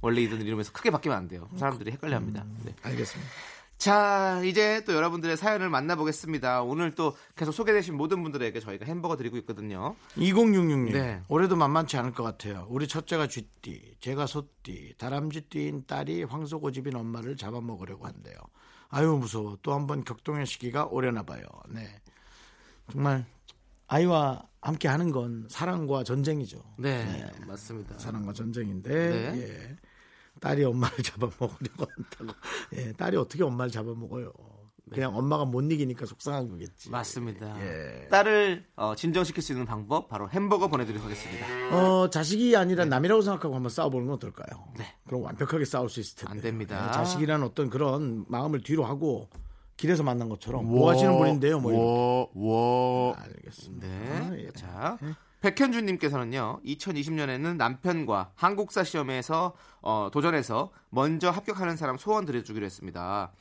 Speaker 2: 원래 이던 이름에서 크게 바뀌면 안 돼요. 사람들이 헷갈려 합니다.
Speaker 1: 음.
Speaker 2: 네.
Speaker 1: 알겠습니다.
Speaker 2: 자, 이제 또 여러분들의 사연을 만나보겠습니다. 오늘 또 계속 소개되신 모든 분들에게 저희가 햄버거 드리고 있거든요.
Speaker 1: 2066님.
Speaker 2: 네.
Speaker 1: 올해도 만만치 않을 것 같아요. 우리 첫째가 쥐띠, 제가 소띠, 다람쥐띠인 딸이 황소고집인 엄마를 잡아먹으려고 한대요. 아유 무서워. 또 한 번 격동의 시기가 오려나 봐요. 네. 정말 아이와 함께 하는 건 사랑과 전쟁이죠.
Speaker 2: 네, 맞습니다.
Speaker 1: 사랑과 전쟁인데
Speaker 2: 네.
Speaker 1: 예. 딸이 엄마를 잡아먹으려고 한다고. 예, 딸이 어떻게 엄마를 잡아먹어요? 그냥 엄마가 못 이기니까 속상한 거겠지.
Speaker 2: 네. 맞습니다.
Speaker 1: 예.
Speaker 2: 딸을 어, 진정시킬 수 있는 방법 바로 햄버거 보내드리도록 하겠습니다.
Speaker 1: 어, 자식이
Speaker 2: 네.
Speaker 1: 아니라 남이라고 생각하고 한번 싸워보는 건 어떨까요? 그럼 완벽하게 싸울 수 있을 텐데.
Speaker 2: 안 됩니다.
Speaker 1: 네, 자식이란 어떤 그런 마음을 뒤로 하고 길에서 만난 것처럼 뭐 하시는 분인데요, 뭐 이런.
Speaker 2: 워,
Speaker 1: 알겠습니다.
Speaker 2: 네.
Speaker 1: 아, 예.
Speaker 2: 자, 백현주님께서는요, 2020년에는 남편과 한국사 시험에서 어, 도전해서 먼저 합격하는 사람 소원 드려주기로 했습니다.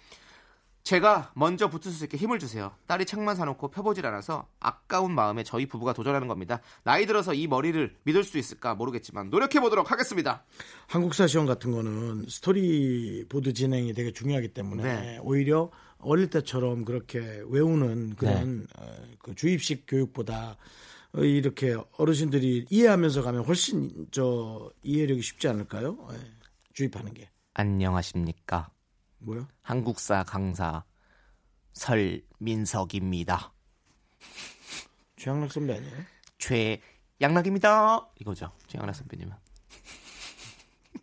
Speaker 2: 제가 먼저 붙을 수 있게 힘을 주세요. 딸이 책만 사놓고 펴보질 않아서 아까운 마음에 저희 부부가 도전하는 겁니다. 나이 들어서 이 머리를 믿을 수 있을까 모르겠지만 노력해 보도록 하겠습니다.
Speaker 1: 한국사 시험 같은 거는 스토리 보드 진행이 되게 중요하기 때문에
Speaker 2: 네.
Speaker 1: 오히려 어릴 때처럼 그렇게 외우는 그런
Speaker 2: 네.
Speaker 1: 어, 그 주입식 교육보다 어, 이렇게 어르신들이 이해하면서 가면 훨씬 저 이해력이 쉽지 않을까요? 예. 주입하는 게
Speaker 2: 안녕하십니까.
Speaker 1: 뭐요?
Speaker 2: 한국사 강사 설민석입니다.
Speaker 1: 최양락 선배 아니에요?
Speaker 2: 최양락입니다. 이거죠. 최양락 선배님은.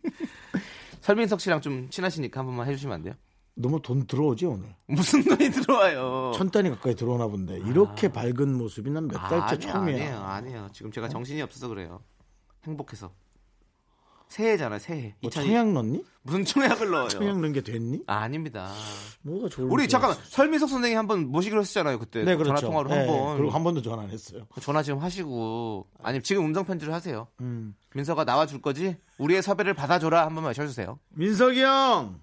Speaker 2: 설민석 씨랑 좀 친하시니까 한 번만 해주시면 안 돼요?
Speaker 1: 너무 돈 들어오지 오늘?
Speaker 2: 무슨 돈이 들어와요?
Speaker 1: 천 단위 가까이 들어오나 본데 이렇게 밝은 모습이 난 몇 달째
Speaker 2: 아니요,
Speaker 1: 처음이야.
Speaker 2: 아니에요, 아니에요. 지금 제가 정신이 없어서 그래요. 행복해서. 새해잖아요, 새해.
Speaker 1: 뭐
Speaker 2: 2000
Speaker 1: 청약 넣니?
Speaker 2: 무슨 청약을 넣어요?
Speaker 1: 청약 음, 넣은 게 됐니?
Speaker 2: 아, 닙니다
Speaker 1: 뭐가 좋을
Speaker 2: 우리 잠깐만 설민석 선생님 한 번 모시기로 했었잖아요 그때
Speaker 1: 네 그렇죠.
Speaker 2: 전화 통화로
Speaker 1: 네,
Speaker 2: 한번
Speaker 1: 그리고 한 번도 전화 안 했어요.
Speaker 2: 전화 지금 하시고 아니면 지금 음성 편지를 하세요.
Speaker 1: 음.
Speaker 2: 민서가 나와줄 거지? 우리의 섭외를 받아줘라 한 번만 외쳐주세요.
Speaker 1: 민석이 형,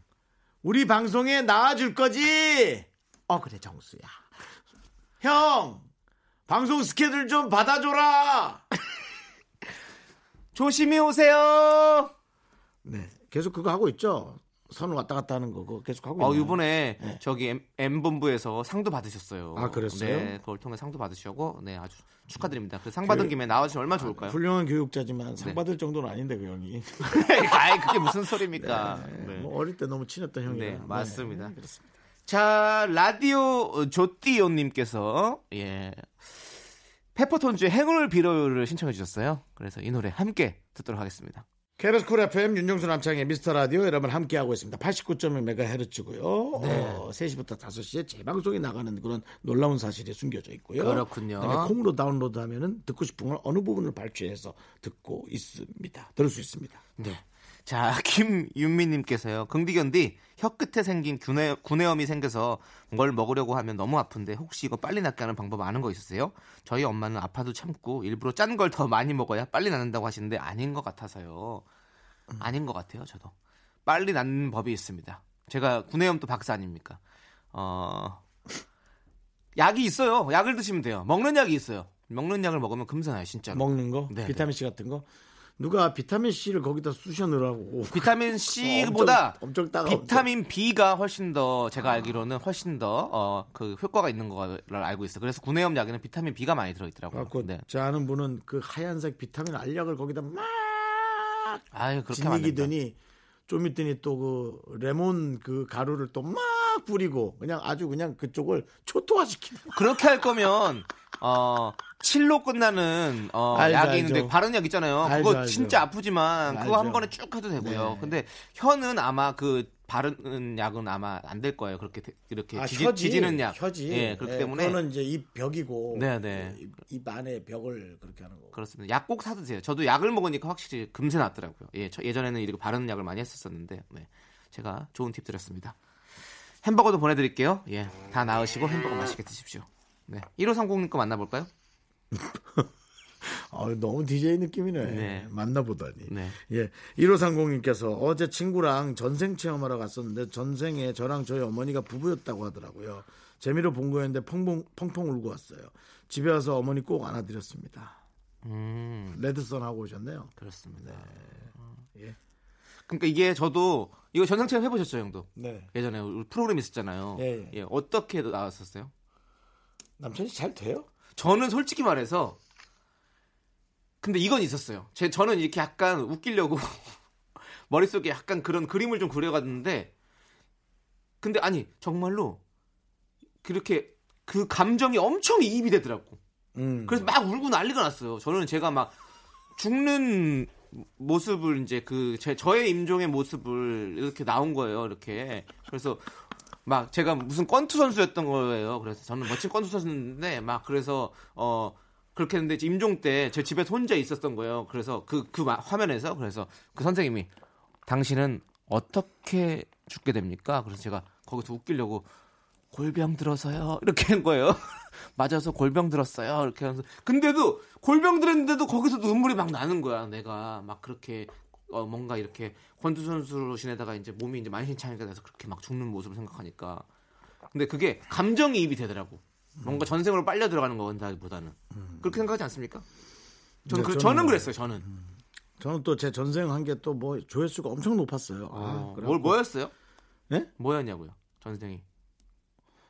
Speaker 1: 우리 방송에 나와줄 거지? 어 그래 정수야. 형, 방송 스케줄 좀 받아줘라.
Speaker 2: 조심히 오세요.
Speaker 1: 네, 계속 그거 하고 있죠. 선 왔다 갔다 하는 거고 계속 하고
Speaker 2: 어
Speaker 1: 있네요.
Speaker 2: 이번에
Speaker 1: 네.
Speaker 2: 저기 M 본부에서 상도 받으셨어요.
Speaker 1: 아, 그랬어요?
Speaker 2: 네, 그걸 통해 상도 받으시고 네 아주 축하드립니다. 그래서 상 받은 김에 나와주면 얼마나 좋을까요?
Speaker 1: 훌륭한 교육자지만 상
Speaker 2: 네.
Speaker 1: 받을 정도는 아닌데 그 형이.
Speaker 2: 아이 그게 무슨 소리입니까? 네.
Speaker 1: 뭐 어릴 때 너무 친했던 형이.
Speaker 2: 네, 맞습니다.
Speaker 1: 예, 그렇습니다.
Speaker 2: 자 라디오 조띠오님께서 예 페퍼톤즈의 행운을 빌어요를 신청해 주셨어요. 그래서 이 노래 함께 듣도록 하겠습니다.
Speaker 1: KBS 쿨 FM 윤정수 남창의 미스터 라디오 여러분 함께하고 있습니다. 89.1MHz고요.
Speaker 2: 네.
Speaker 1: 어, 3시부터 5시에 재방송이 나가는 그런 놀라운 사실이 숨겨져 있고요.
Speaker 2: 그렇군요.
Speaker 1: 그다음에 콩으로 다운로드 하면은 듣고 싶은 걸 어느 부분을 발췌해서 듣고 있습니다. 들을 수 있습니다.
Speaker 2: 네. 자, 김윤미님께서요. 긍디견디 혀 끝에 생긴 구내, 구내염이 생겨서 뭘 먹으려고 하면 너무 아픈데 혹시 이거 빨리 낫게 하는 방법 아는 거 있으세요? 저희 엄마는 아파도 참고 일부러 짠 걸 더 많이 먹어야 빨리 낫는다고 하시는데 아닌 것 같아서요.
Speaker 1: 음.
Speaker 2: 아닌 것 같아요, 저도. 빨리 낫는 법이 있습니다. 제가 구내염 또 박사 아닙니까? 어, 약이 있어요. 약을 드시면 돼요. 먹는 약이 있어요. 먹는 약을 먹으면 금세 나요, 진짜로.
Speaker 1: 먹는 거,
Speaker 2: 네,
Speaker 1: 비타민 C 같은 거. 누가 비타민 C를 거기다 쑤셔 넣으라고.
Speaker 2: 비타민 C보다
Speaker 1: 엄청- 엄청 따가워.
Speaker 2: 비타민 B가 훨씬 더 제가 알기로는 훨씬 더 그 효과가 있는 거를 알고 있어. 요 그래서 군의염 약에는 비타민 B가 많이 들어 있더라고요.
Speaker 1: 갖고
Speaker 2: 네.
Speaker 1: 제 아는 분은 그 하얀색 비타민 알약을 거기다 막
Speaker 2: 아유 그렇게 하면 안 된다.
Speaker 1: 지니기더니 좀 있더니 또 그 레몬 그 가루를 또 막 뿌리고 그냥 아주 그냥 그쪽을 초토화시키는
Speaker 2: 그렇게 할 거면 어 7로 끝나는 어,
Speaker 1: 알죠,
Speaker 2: 약이 있는데
Speaker 1: 알죠.
Speaker 2: 바른 약 있잖아요.
Speaker 1: 알죠,
Speaker 2: 그거
Speaker 1: 알죠.
Speaker 2: 진짜 아프지만
Speaker 1: 알죠.
Speaker 2: 그거 한 번에 쭉 해도 되고요.
Speaker 1: 네.
Speaker 2: 근데 혀는 아마 그 바른 약은 아마 안 될 거예요. 그렇게 되- 이렇게
Speaker 1: 아,
Speaker 2: 지지, 지지는 약.
Speaker 1: 혀지.
Speaker 2: 예, 그렇기
Speaker 1: 예,
Speaker 2: 때문에
Speaker 1: 그거는 이제 입 벽이고
Speaker 2: 네, 네.
Speaker 1: 입, 입 안에 벽을 그렇게 하는 거고.
Speaker 2: 그렇습니다. 약 꼭 사드세요. 저도 약을 먹으니까 확실히 금세 낫더라고요. 예, 저 예전에는 이렇게 바르는 약을 많이 했었었는데, 네. 제가 좋은 팁 드렸습니다. 햄버거도 보내드릴게요. 예, 다 나으시고 햄버거 맛있게 드십시오. 네, 1530님 거 만나볼까요?
Speaker 1: 아, 너무 DJ 느낌이네.
Speaker 2: 네.
Speaker 1: 만나보다니.
Speaker 2: 네.
Speaker 1: 예. 1530님께서 어제 친구랑 전생 체험하러 갔었는데 전생에 저랑 저희 어머니가 부부였다고 하더라고요. 재미로 본 거였는데 펑펑, 펑펑 울고 왔어요. 집에 와서 어머니 꼭 안아드렸습니다.
Speaker 2: 음,
Speaker 1: 레드선 하고 오셨네요.
Speaker 2: 그렇습니다.
Speaker 1: 예.
Speaker 2: 그러니까 이게 저도 이거 전상체험 해보셨죠, 형도?
Speaker 1: 네.
Speaker 2: 예전에 우리 프로그램 있었잖아요.
Speaker 1: 예, 예.
Speaker 2: 어떻게 나왔었어요?
Speaker 1: 남편이 잘 돼요?
Speaker 2: 저는 솔직히 말해서 근데 이건 있었어요. 제 저는 이렇게 약간 웃기려고 머릿속에 약간 그런 그림을 좀 그려갔는데 근데 아니 정말로 그렇게 그 감정이 엄청 이입이 되더라고.
Speaker 1: 음.
Speaker 2: 그래서 막 울고 난리가 났어요. 저는 제가 막 죽는 모습을 이제 그 제 저의 임종의 모습을 이렇게 나온 거예요. 이렇게 그래서 막 제가 무슨 권투 선수였던 거예요. 그래서 저는 멋진 권투 선수인데 막 그래서 어 그렇게 했는데 이제 임종 때 제 집에 서 혼자 있었던 거예요. 그래서 그 그 화면에서 그래서 그 선생님이 당신은 어떻게 죽게 됩니까? 그래서 제가 거기서 웃기려고 골병 들어서요 이렇게 한 거예요. 맞아서 골병 들었어요 이렇게 하면서 근데도 골병 들었는데도 거기서도 눈물이 막 나는 거야. 내가 막 그렇게 어, 뭔가 이렇게 권투 선수로 지내다가 이제 몸이 이제 만신창이가 돼서 그렇게 막 죽는 모습을 생각하니까 근데 그게 감정이입이 되더라고. 뭔가 전생으로 빨려 들어가는 거다기보다는 그렇게 생각하지 않습니까? 저는,
Speaker 1: 네,
Speaker 2: 그,
Speaker 1: 음. 저는
Speaker 2: 저는
Speaker 1: 뭐-
Speaker 2: 그랬어요. 저는
Speaker 1: 저는 또 제 전생 한 게 또 뭐 조회수가 엄청 높았어요.
Speaker 2: 어,
Speaker 1: 아,
Speaker 2: 뭘
Speaker 1: 그래갖고
Speaker 2: 뭐였어요?
Speaker 1: 네?
Speaker 2: 뭐였냐고요? 전생이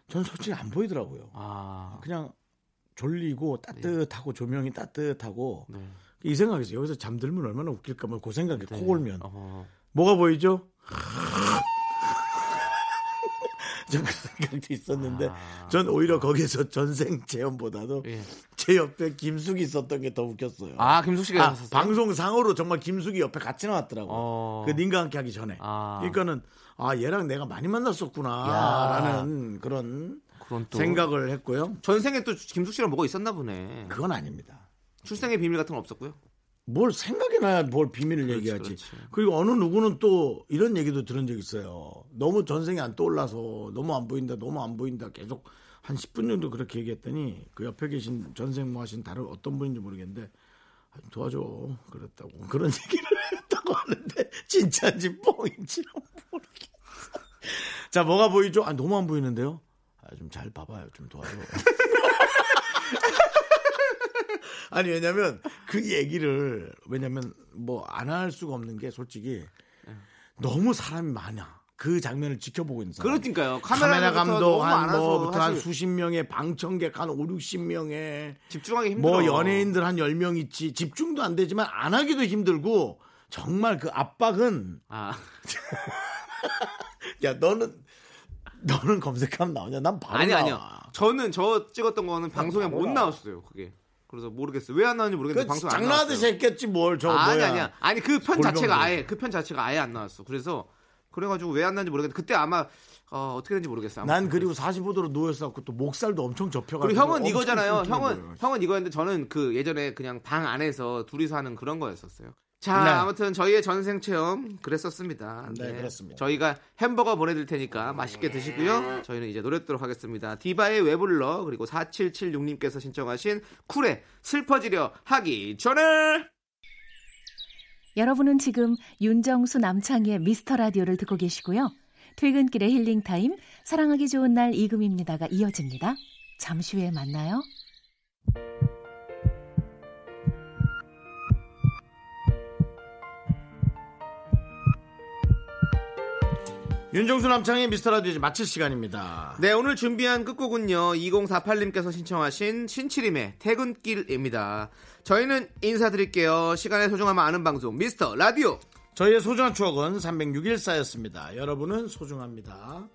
Speaker 1: 전 솔직히 안 보이더라고요.
Speaker 2: 아
Speaker 1: 그냥 졸리고 따뜻하고 조명이 따뜻하고
Speaker 2: 네.
Speaker 1: 이 생각에서 여기서 잠들면 얼마나 웃길까 뭐그 생각에
Speaker 2: 네.
Speaker 1: 코 골면
Speaker 2: 어.
Speaker 1: 뭐가 보이죠? 저그 생각도 있었는데
Speaker 2: 아.
Speaker 1: 전 오히려 거기서 전생 체험보다도
Speaker 2: 예.
Speaker 1: 제 옆에 김숙이 있었던 게 더 웃겼어요.
Speaker 2: 아 김숙 씨가
Speaker 1: 아,
Speaker 2: 있었어요?
Speaker 1: 방송상으로 정말 김숙이 옆에 같이 나왔더라고.
Speaker 2: 어.
Speaker 1: 그 님과 함께 하기 전에.
Speaker 2: 아.
Speaker 1: 그러니까는 아 얘랑 내가 많이
Speaker 2: 야.
Speaker 1: 만났었구나라는 그런
Speaker 2: 그런 또
Speaker 1: 생각을 했고요.
Speaker 2: 전생에 또 김숙 씨랑 뭐가 있었나 보네.
Speaker 1: 그건 아닙니다.
Speaker 2: 출생의 비밀 같은 건 없었고요.
Speaker 1: 네. 뭘 생각해놔야 뭘 비밀을 얘기하지.
Speaker 2: 그렇지.
Speaker 1: 그리고 어느 누구는 또 이런 얘기도 들은 적 있어요. 너무 전생이 안 떠올라서 너무 안 보인다, 너무 안 보인다 계속 한 10분 정도 그렇게 얘기했더니 그 옆에 계신 전생 뭐 하신 다른 어떤 분인지 모르겠는데 아, 도와줘 그랬다고 그런 얘기를 했다고 하는데 진짜인지 뻥인지 모르겠어. 자 뭐가 보이죠? 아 너무 안 보이는데요. 아, 좀 잘 봐봐요. 좀 도와줘. 아니 왜냐면 그 얘기를 왜냐면 뭐 안 할 수가 없는 게 솔직히 너무 사람이 많아. 그 장면을 지켜보고 있는 사람.
Speaker 2: 그러니까요.
Speaker 1: 그렇죠. 카메라 감독 한 뭐부터
Speaker 2: 뭐부터
Speaker 1: 한 수십 명에 방청객 한 5, 60명에
Speaker 2: 집중하기 힘들어.
Speaker 1: 뭐 연예인들 한 10명 있지. 집중도 안 되지만 안 하기도 힘들고 정말 그 압박은
Speaker 2: 아,
Speaker 1: 야 너는 너는 검색하면 나오냐? 난 바로
Speaker 2: 아니
Speaker 1: 나와.
Speaker 2: 아니요. 저는 저 찍었던 거는 방송에
Speaker 1: 바로
Speaker 2: 못
Speaker 1: 나와.
Speaker 2: 나왔어요. 그게. 그래서 모르겠어요. 왜 안
Speaker 1: 그
Speaker 2: 나왔는지 모르겠는데 방송 안
Speaker 1: 장난하듯이
Speaker 2: 나왔어요.
Speaker 1: 했겠지 뭘 저거
Speaker 2: 아니
Speaker 1: 뭐야.
Speaker 2: 아니야. 아니 그 편
Speaker 1: 골병
Speaker 2: 자체가
Speaker 1: 들어서.
Speaker 2: 아예 그 편 자체가 아예 안 나왔어. 그래서 그래가지고 왜 안 나왔는지 모르겠는데 그때 아마 어, 어떻게 된지 모르겠어요. 아무튼
Speaker 1: 난 그리고 45도로 누워있었고 또 목살도 엄청 접혀가지고
Speaker 2: 그리고 형은
Speaker 1: 엄청
Speaker 2: 이거잖아요.
Speaker 1: 튼튼해
Speaker 2: 형은
Speaker 1: 보여요.
Speaker 2: 형은 이거였는데 저는 그 예전에 그냥 방 안에서 둘이서 하는 그런 거였었어요. 자,
Speaker 1: 네.
Speaker 2: 아무튼 저희의 전생 체험 그랬었습니다.
Speaker 1: 네, 그렇습니다.
Speaker 2: 저희가 햄버거 보내드릴 테니까 맛있게 드시고요. 저희는 이제 노래 듣도록 하겠습니다. 디바의 왜 불러 그리고 4776님께서 신청하신 쿨의 슬퍼지려 하기 전에
Speaker 10: 여러분은 지금 윤정수 남창희의 미스터 라디오를 듣고 계시고요. 퇴근길의 힐링 타임, 사랑하기 좋은 날 이금입니다가 이어집니다. 잠시 후에 만나요.
Speaker 1: 윤정수 남창의 미스터 라디오 이제 마칠 시간입니다.
Speaker 2: 네, 오늘 준비한 끝곡은요. 2048님께서 신청하신 신치림의 퇴근길입니다. 저희는 인사드릴게요. 시간의 소중함을 아는 방송 미스터 라디오.
Speaker 1: 저희의 소중한 추억은 306일 사였습니다. 여러분은 소중합니다.